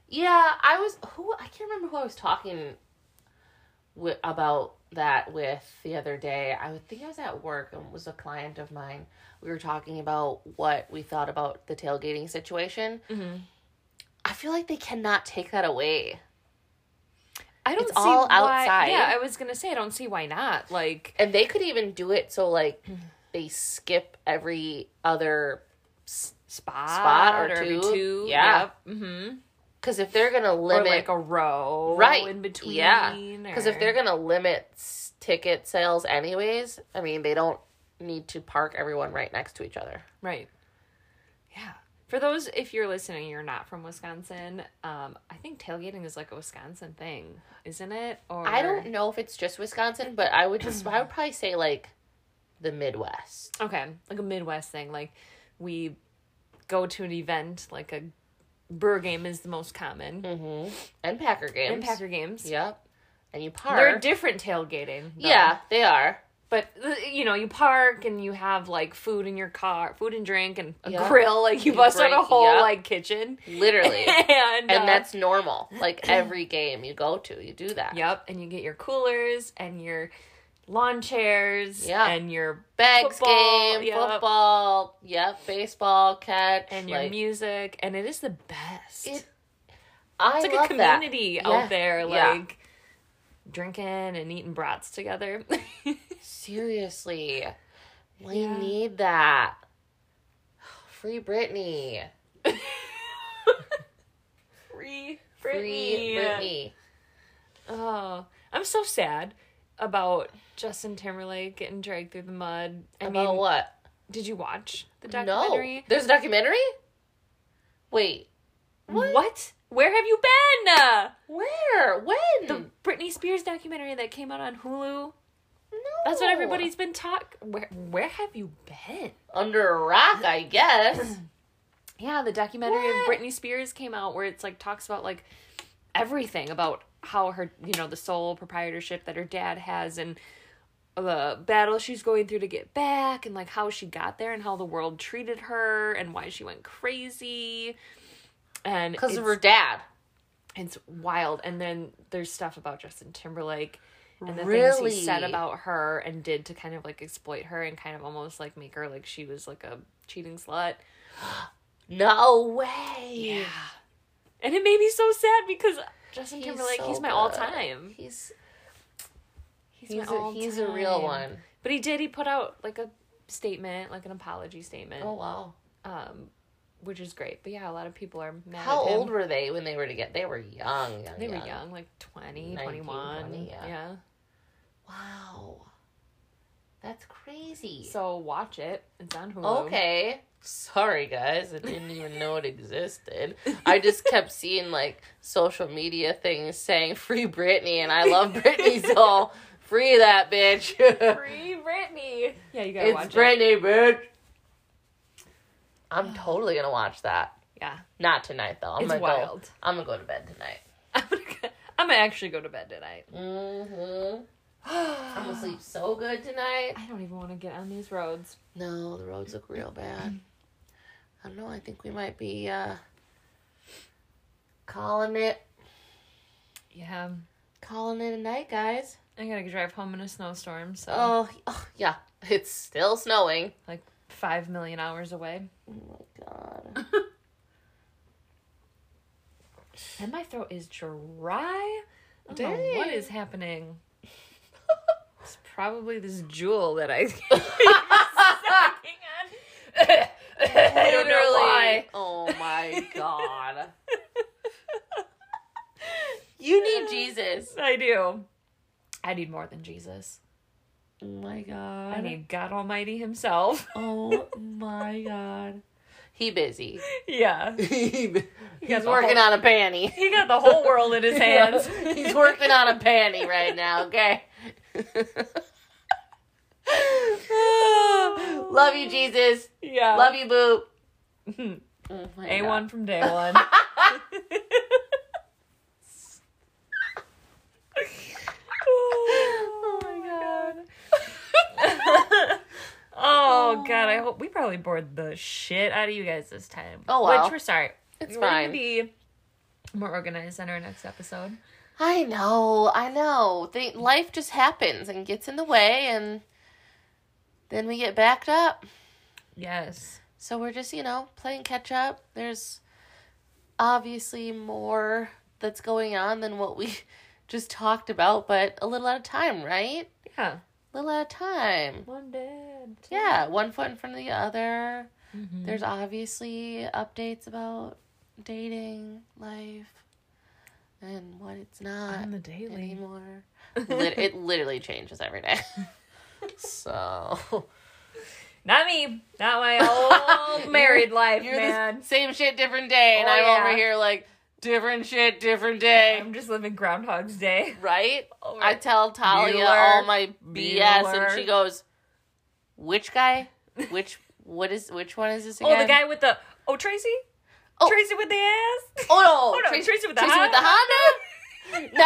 Speaker 1: yeah, I was who I can't remember who I was talking with, about that with the other day. I would think I was at work and it was a client of mine. We were talking about what we thought about the tailgating situation.
Speaker 2: Mm-hmm.
Speaker 1: I feel like they cannot take that away.
Speaker 2: I don't
Speaker 1: It's
Speaker 2: see
Speaker 1: all
Speaker 2: why,
Speaker 1: outside.
Speaker 2: Yeah, I was gonna say I don't see why not. Like
Speaker 1: and they could even do it so like
Speaker 2: Mm.
Speaker 1: they skip every other
Speaker 2: spot,
Speaker 1: Spot or
Speaker 2: every
Speaker 1: two.
Speaker 2: two.
Speaker 1: Yeah.
Speaker 2: Mm-hmm.
Speaker 1: because if they're gonna
Speaker 2: Or
Speaker 1: limit
Speaker 2: like a row
Speaker 1: Right.
Speaker 2: in between.
Speaker 1: Yeah. because if
Speaker 2: or-
Speaker 1: they're gonna limit s- ticket sales anyways i mean they don't need to park everyone right next to each other
Speaker 2: Right. Yeah. For those, if you're listening, you're not from Wisconsin. Um, I think tailgating is like a Wisconsin thing, isn't it? Or
Speaker 1: i don't know if it's just wisconsin but i would just i would probably say like the midwest
Speaker 2: Okay, like a Midwest thing. Like we go to an event, like a Burr game is the most common.
Speaker 1: Mm-hmm. And Packer games.
Speaker 2: And Packer games.
Speaker 1: Yep. And you park.
Speaker 2: They're different tailgating. though.
Speaker 1: yeah, they are.
Speaker 2: But uh, you know, you park and you have like food in your car, food and drink and a
Speaker 1: Yeah.
Speaker 2: grill, like you
Speaker 1: You
Speaker 2: bust out
Speaker 1: bring-
Speaker 2: a whole
Speaker 1: yeah.
Speaker 2: like kitchen.
Speaker 1: Literally.
Speaker 2: and uh,
Speaker 1: and that's normal. Like every game you go to, you do that.
Speaker 2: Yep, and you get your coolers and your lawn chairs
Speaker 1: Yeah.
Speaker 2: and your
Speaker 1: Bags
Speaker 2: Football,
Speaker 1: game,
Speaker 2: yep.
Speaker 1: football, yep, baseball, catch,
Speaker 2: and your
Speaker 1: like
Speaker 2: music and it is the best.
Speaker 1: It- I
Speaker 2: it's like
Speaker 1: love
Speaker 2: a community
Speaker 1: that.
Speaker 2: out
Speaker 1: Yeah,
Speaker 2: there
Speaker 1: yeah.
Speaker 2: like drinking and eating brats together.
Speaker 1: That. Seriously, we
Speaker 2: Yeah.
Speaker 1: need that. Free Britney.
Speaker 2: Free Britney.
Speaker 1: Free Britney.
Speaker 2: Oh, I'm so sad about Justin Timberlake getting dragged through the mud. I
Speaker 1: About
Speaker 2: mean,
Speaker 1: what?
Speaker 2: did you watch the
Speaker 1: No,
Speaker 2: documentary?
Speaker 1: there's a documentary. Wait,
Speaker 2: What? Where have you been?
Speaker 1: where? When?
Speaker 2: The Britney Spears documentary that came out on Hulu.
Speaker 1: no.
Speaker 2: That's what everybody's been talk. Where Where have you been?
Speaker 1: under a rock, I guess.
Speaker 2: Yeah, the documentary
Speaker 1: What?
Speaker 2: of Britney Spears came out where it's like talks about like everything about how her, you know, the sole proprietorship that her dad has and the battle she's going through to get back and like how she got there and how the world treated her and why she went crazy. And
Speaker 1: Because of
Speaker 2: it's-
Speaker 1: her dad.
Speaker 2: it's wild. And then there's stuff about Justin Timberlake and the things he
Speaker 1: Really?
Speaker 2: said about her and did to kind of like exploit her and kind of almost like make her like she was like a cheating slut.
Speaker 1: No way.
Speaker 2: And it made me so sad because Justin
Speaker 1: He's
Speaker 2: Timberlake,
Speaker 1: so
Speaker 2: he's my all
Speaker 1: good.
Speaker 2: time.
Speaker 1: He's
Speaker 2: He's,
Speaker 1: he's
Speaker 2: my all
Speaker 1: a, he's a real
Speaker 2: time.
Speaker 1: one.
Speaker 2: But he did, he put out like a statement, like an apology statement,
Speaker 1: Oh wow.
Speaker 2: um, which is great. But yeah, a lot of people are mad
Speaker 1: How
Speaker 2: at him.
Speaker 1: old were they when they were together? They were young. young
Speaker 2: They
Speaker 1: young.
Speaker 2: were young, like 20,
Speaker 1: 19,
Speaker 2: 21.
Speaker 1: 20,
Speaker 2: yeah.
Speaker 1: yeah. Wow. That's crazy.
Speaker 2: So watch it. It's on Hulu.
Speaker 1: okay. um, Sorry guys, I didn't even know it existed. I just kept seeing like social media things saying "Free Britney" and I love Britney, so free that bitch.
Speaker 2: Free Britney. Yeah, you gotta watch
Speaker 1: it's Britney, bitch. I'm totally gonna watch that.
Speaker 2: it. Yeah.
Speaker 1: Not tonight though. I'm
Speaker 2: It's
Speaker 1: gonna
Speaker 2: wild.
Speaker 1: Go, I'm gonna go to bed tonight.
Speaker 2: I'm gonna, I'm gonna actually go to bed tonight.
Speaker 1: Mm-hmm. I'm gonna
Speaker 2: I
Speaker 1: sleep so good tonight.
Speaker 2: don't even want to get on these roads.
Speaker 1: No, the roads look real bad. I don't know. I think we might be uh, calling it
Speaker 2: Yeah.
Speaker 1: calling it a night, guys.
Speaker 2: I gotta drive home in a snowstorm, so
Speaker 1: Oh, oh yeah, it's still snowing.
Speaker 2: like five million hours away.
Speaker 1: Oh my god.
Speaker 2: And my throat is dry. I don't know
Speaker 1: Dang.
Speaker 2: what is happening? It's probably this jewel that I I don't know why.
Speaker 1: Oh my god. You need Jesus.
Speaker 2: I do. I need more than Jesus.
Speaker 1: Oh my god.
Speaker 2: I need God Almighty Himself.
Speaker 1: Oh my god. He busy.
Speaker 2: yeah.
Speaker 1: He's
Speaker 2: the
Speaker 1: working on a panty.
Speaker 2: He got the whole world in his hands.
Speaker 1: He's working on a panty right now, okay? Love you, Jesus.
Speaker 2: Yeah.
Speaker 1: Love you, boo.
Speaker 2: you.
Speaker 1: Oh my
Speaker 2: A one from day one.
Speaker 1: God.
Speaker 2: oh my god. oh god, I hope we probably bored the shit out of you guys this time.
Speaker 1: Oh, well.
Speaker 2: Which we're sorry.
Speaker 1: It's
Speaker 2: we're gonna
Speaker 1: fine.
Speaker 2: be more organized on our next episode.
Speaker 1: I know, I know. Thi- life just happens and gets in the way, and then we get backed up.
Speaker 2: Yes.
Speaker 1: So we're just, you know, playing catch up. There's obviously more that's going on than what we just talked about, but a little at a time, right?
Speaker 2: Yeah.
Speaker 1: A little at a time.
Speaker 2: One dead.
Speaker 1: Yeah, one foot in front of the other.
Speaker 2: Mhm.
Speaker 1: There's obviously updates about dating, life, and what it's not
Speaker 2: On the daily.
Speaker 1: anymore. Lit- it literally changes every day. so.
Speaker 2: Not me. Not my old Oh, married life,
Speaker 1: You're the
Speaker 2: man.
Speaker 1: same shit, different day, and
Speaker 2: Oh,
Speaker 1: I'm
Speaker 2: yeah.
Speaker 1: over here like different shit, different day.
Speaker 2: I'm just living Groundhog's Day.
Speaker 1: Right?
Speaker 2: Over
Speaker 1: I tell Talia
Speaker 2: Bueller.
Speaker 1: all my BS,
Speaker 2: Bueller.
Speaker 1: and she goes, "Which guy? Which what is? Which one is this
Speaker 2: Oh,
Speaker 1: again?"
Speaker 2: the guy with the oh Tracy.
Speaker 1: Oh.
Speaker 2: Tracy with the ass.
Speaker 1: Oh no,
Speaker 2: no,
Speaker 1: Tracy,
Speaker 2: Tracy with the
Speaker 1: with the Honda.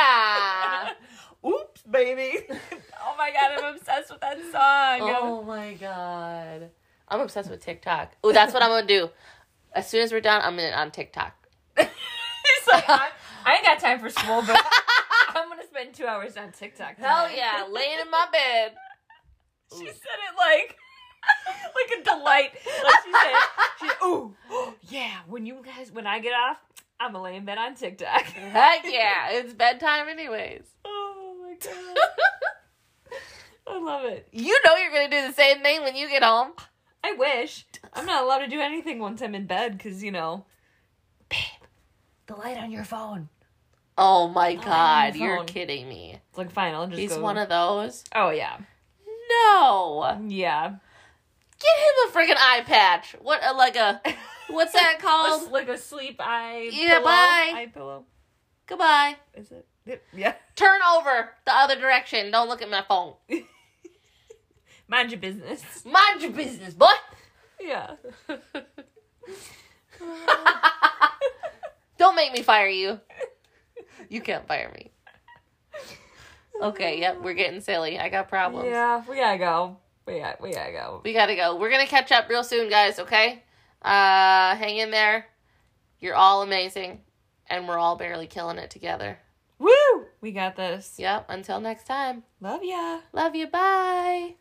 Speaker 1: nah.
Speaker 2: Oops, baby. oh my god, I'm obsessed with that song.
Speaker 1: Oh my god. I'm obsessed with TikTok. Oh, that's what I'm gonna do. As soon as we're done, I'm in on TikTok.
Speaker 2: It's like, I, I ain't got time for school, but I'm gonna spend two hours on TikTok.
Speaker 1: Hell
Speaker 2: tonight.
Speaker 1: yeah, laying in my bed.
Speaker 2: she said it like, like a delight. Like she said, she said, "Ooh, yeah." When you guys, when I get off, I'm gonna lay in bed on TikTok.
Speaker 1: Heck yeah, it's bedtime anyways.
Speaker 2: Oh my god, I love it.
Speaker 1: You know you're gonna do the same thing when you get home.
Speaker 2: I wish I'm not allowed to do anything once I'm in bed because you know, babe, the light on your phone.
Speaker 1: Oh my
Speaker 2: I'm
Speaker 1: god,
Speaker 2: on
Speaker 1: you're
Speaker 2: phone.
Speaker 1: kidding me.
Speaker 2: It's like fine. I'll just
Speaker 1: He's
Speaker 2: go.
Speaker 1: one of those.
Speaker 2: oh yeah,
Speaker 1: No,
Speaker 2: yeah.
Speaker 1: get him a freaking eye patch. What a like a what's that
Speaker 2: Just
Speaker 1: called?
Speaker 2: like a sleep eye.
Speaker 1: Yeah,
Speaker 2: pillow.
Speaker 1: bye.
Speaker 2: Eye pillow.
Speaker 1: Goodbye.
Speaker 2: Is it? Yep, Yeah.
Speaker 1: Turn over the other direction. Don't look at my phone.
Speaker 2: Mind your business.
Speaker 1: Mind your business, boy.
Speaker 2: Yeah.
Speaker 1: Don't make me fire you. You can't fire me. Okay, yep, we're getting silly. I got problems.
Speaker 2: Yeah, we gotta go. We got we gotta go.
Speaker 1: We gotta go. We're gonna catch up real soon, guys, okay? Uh hang in there. You're all amazing. And we're all barely killing it together.
Speaker 2: Woo! We got this.
Speaker 1: Yep, until next time.
Speaker 2: Love ya.
Speaker 1: Love you, bye.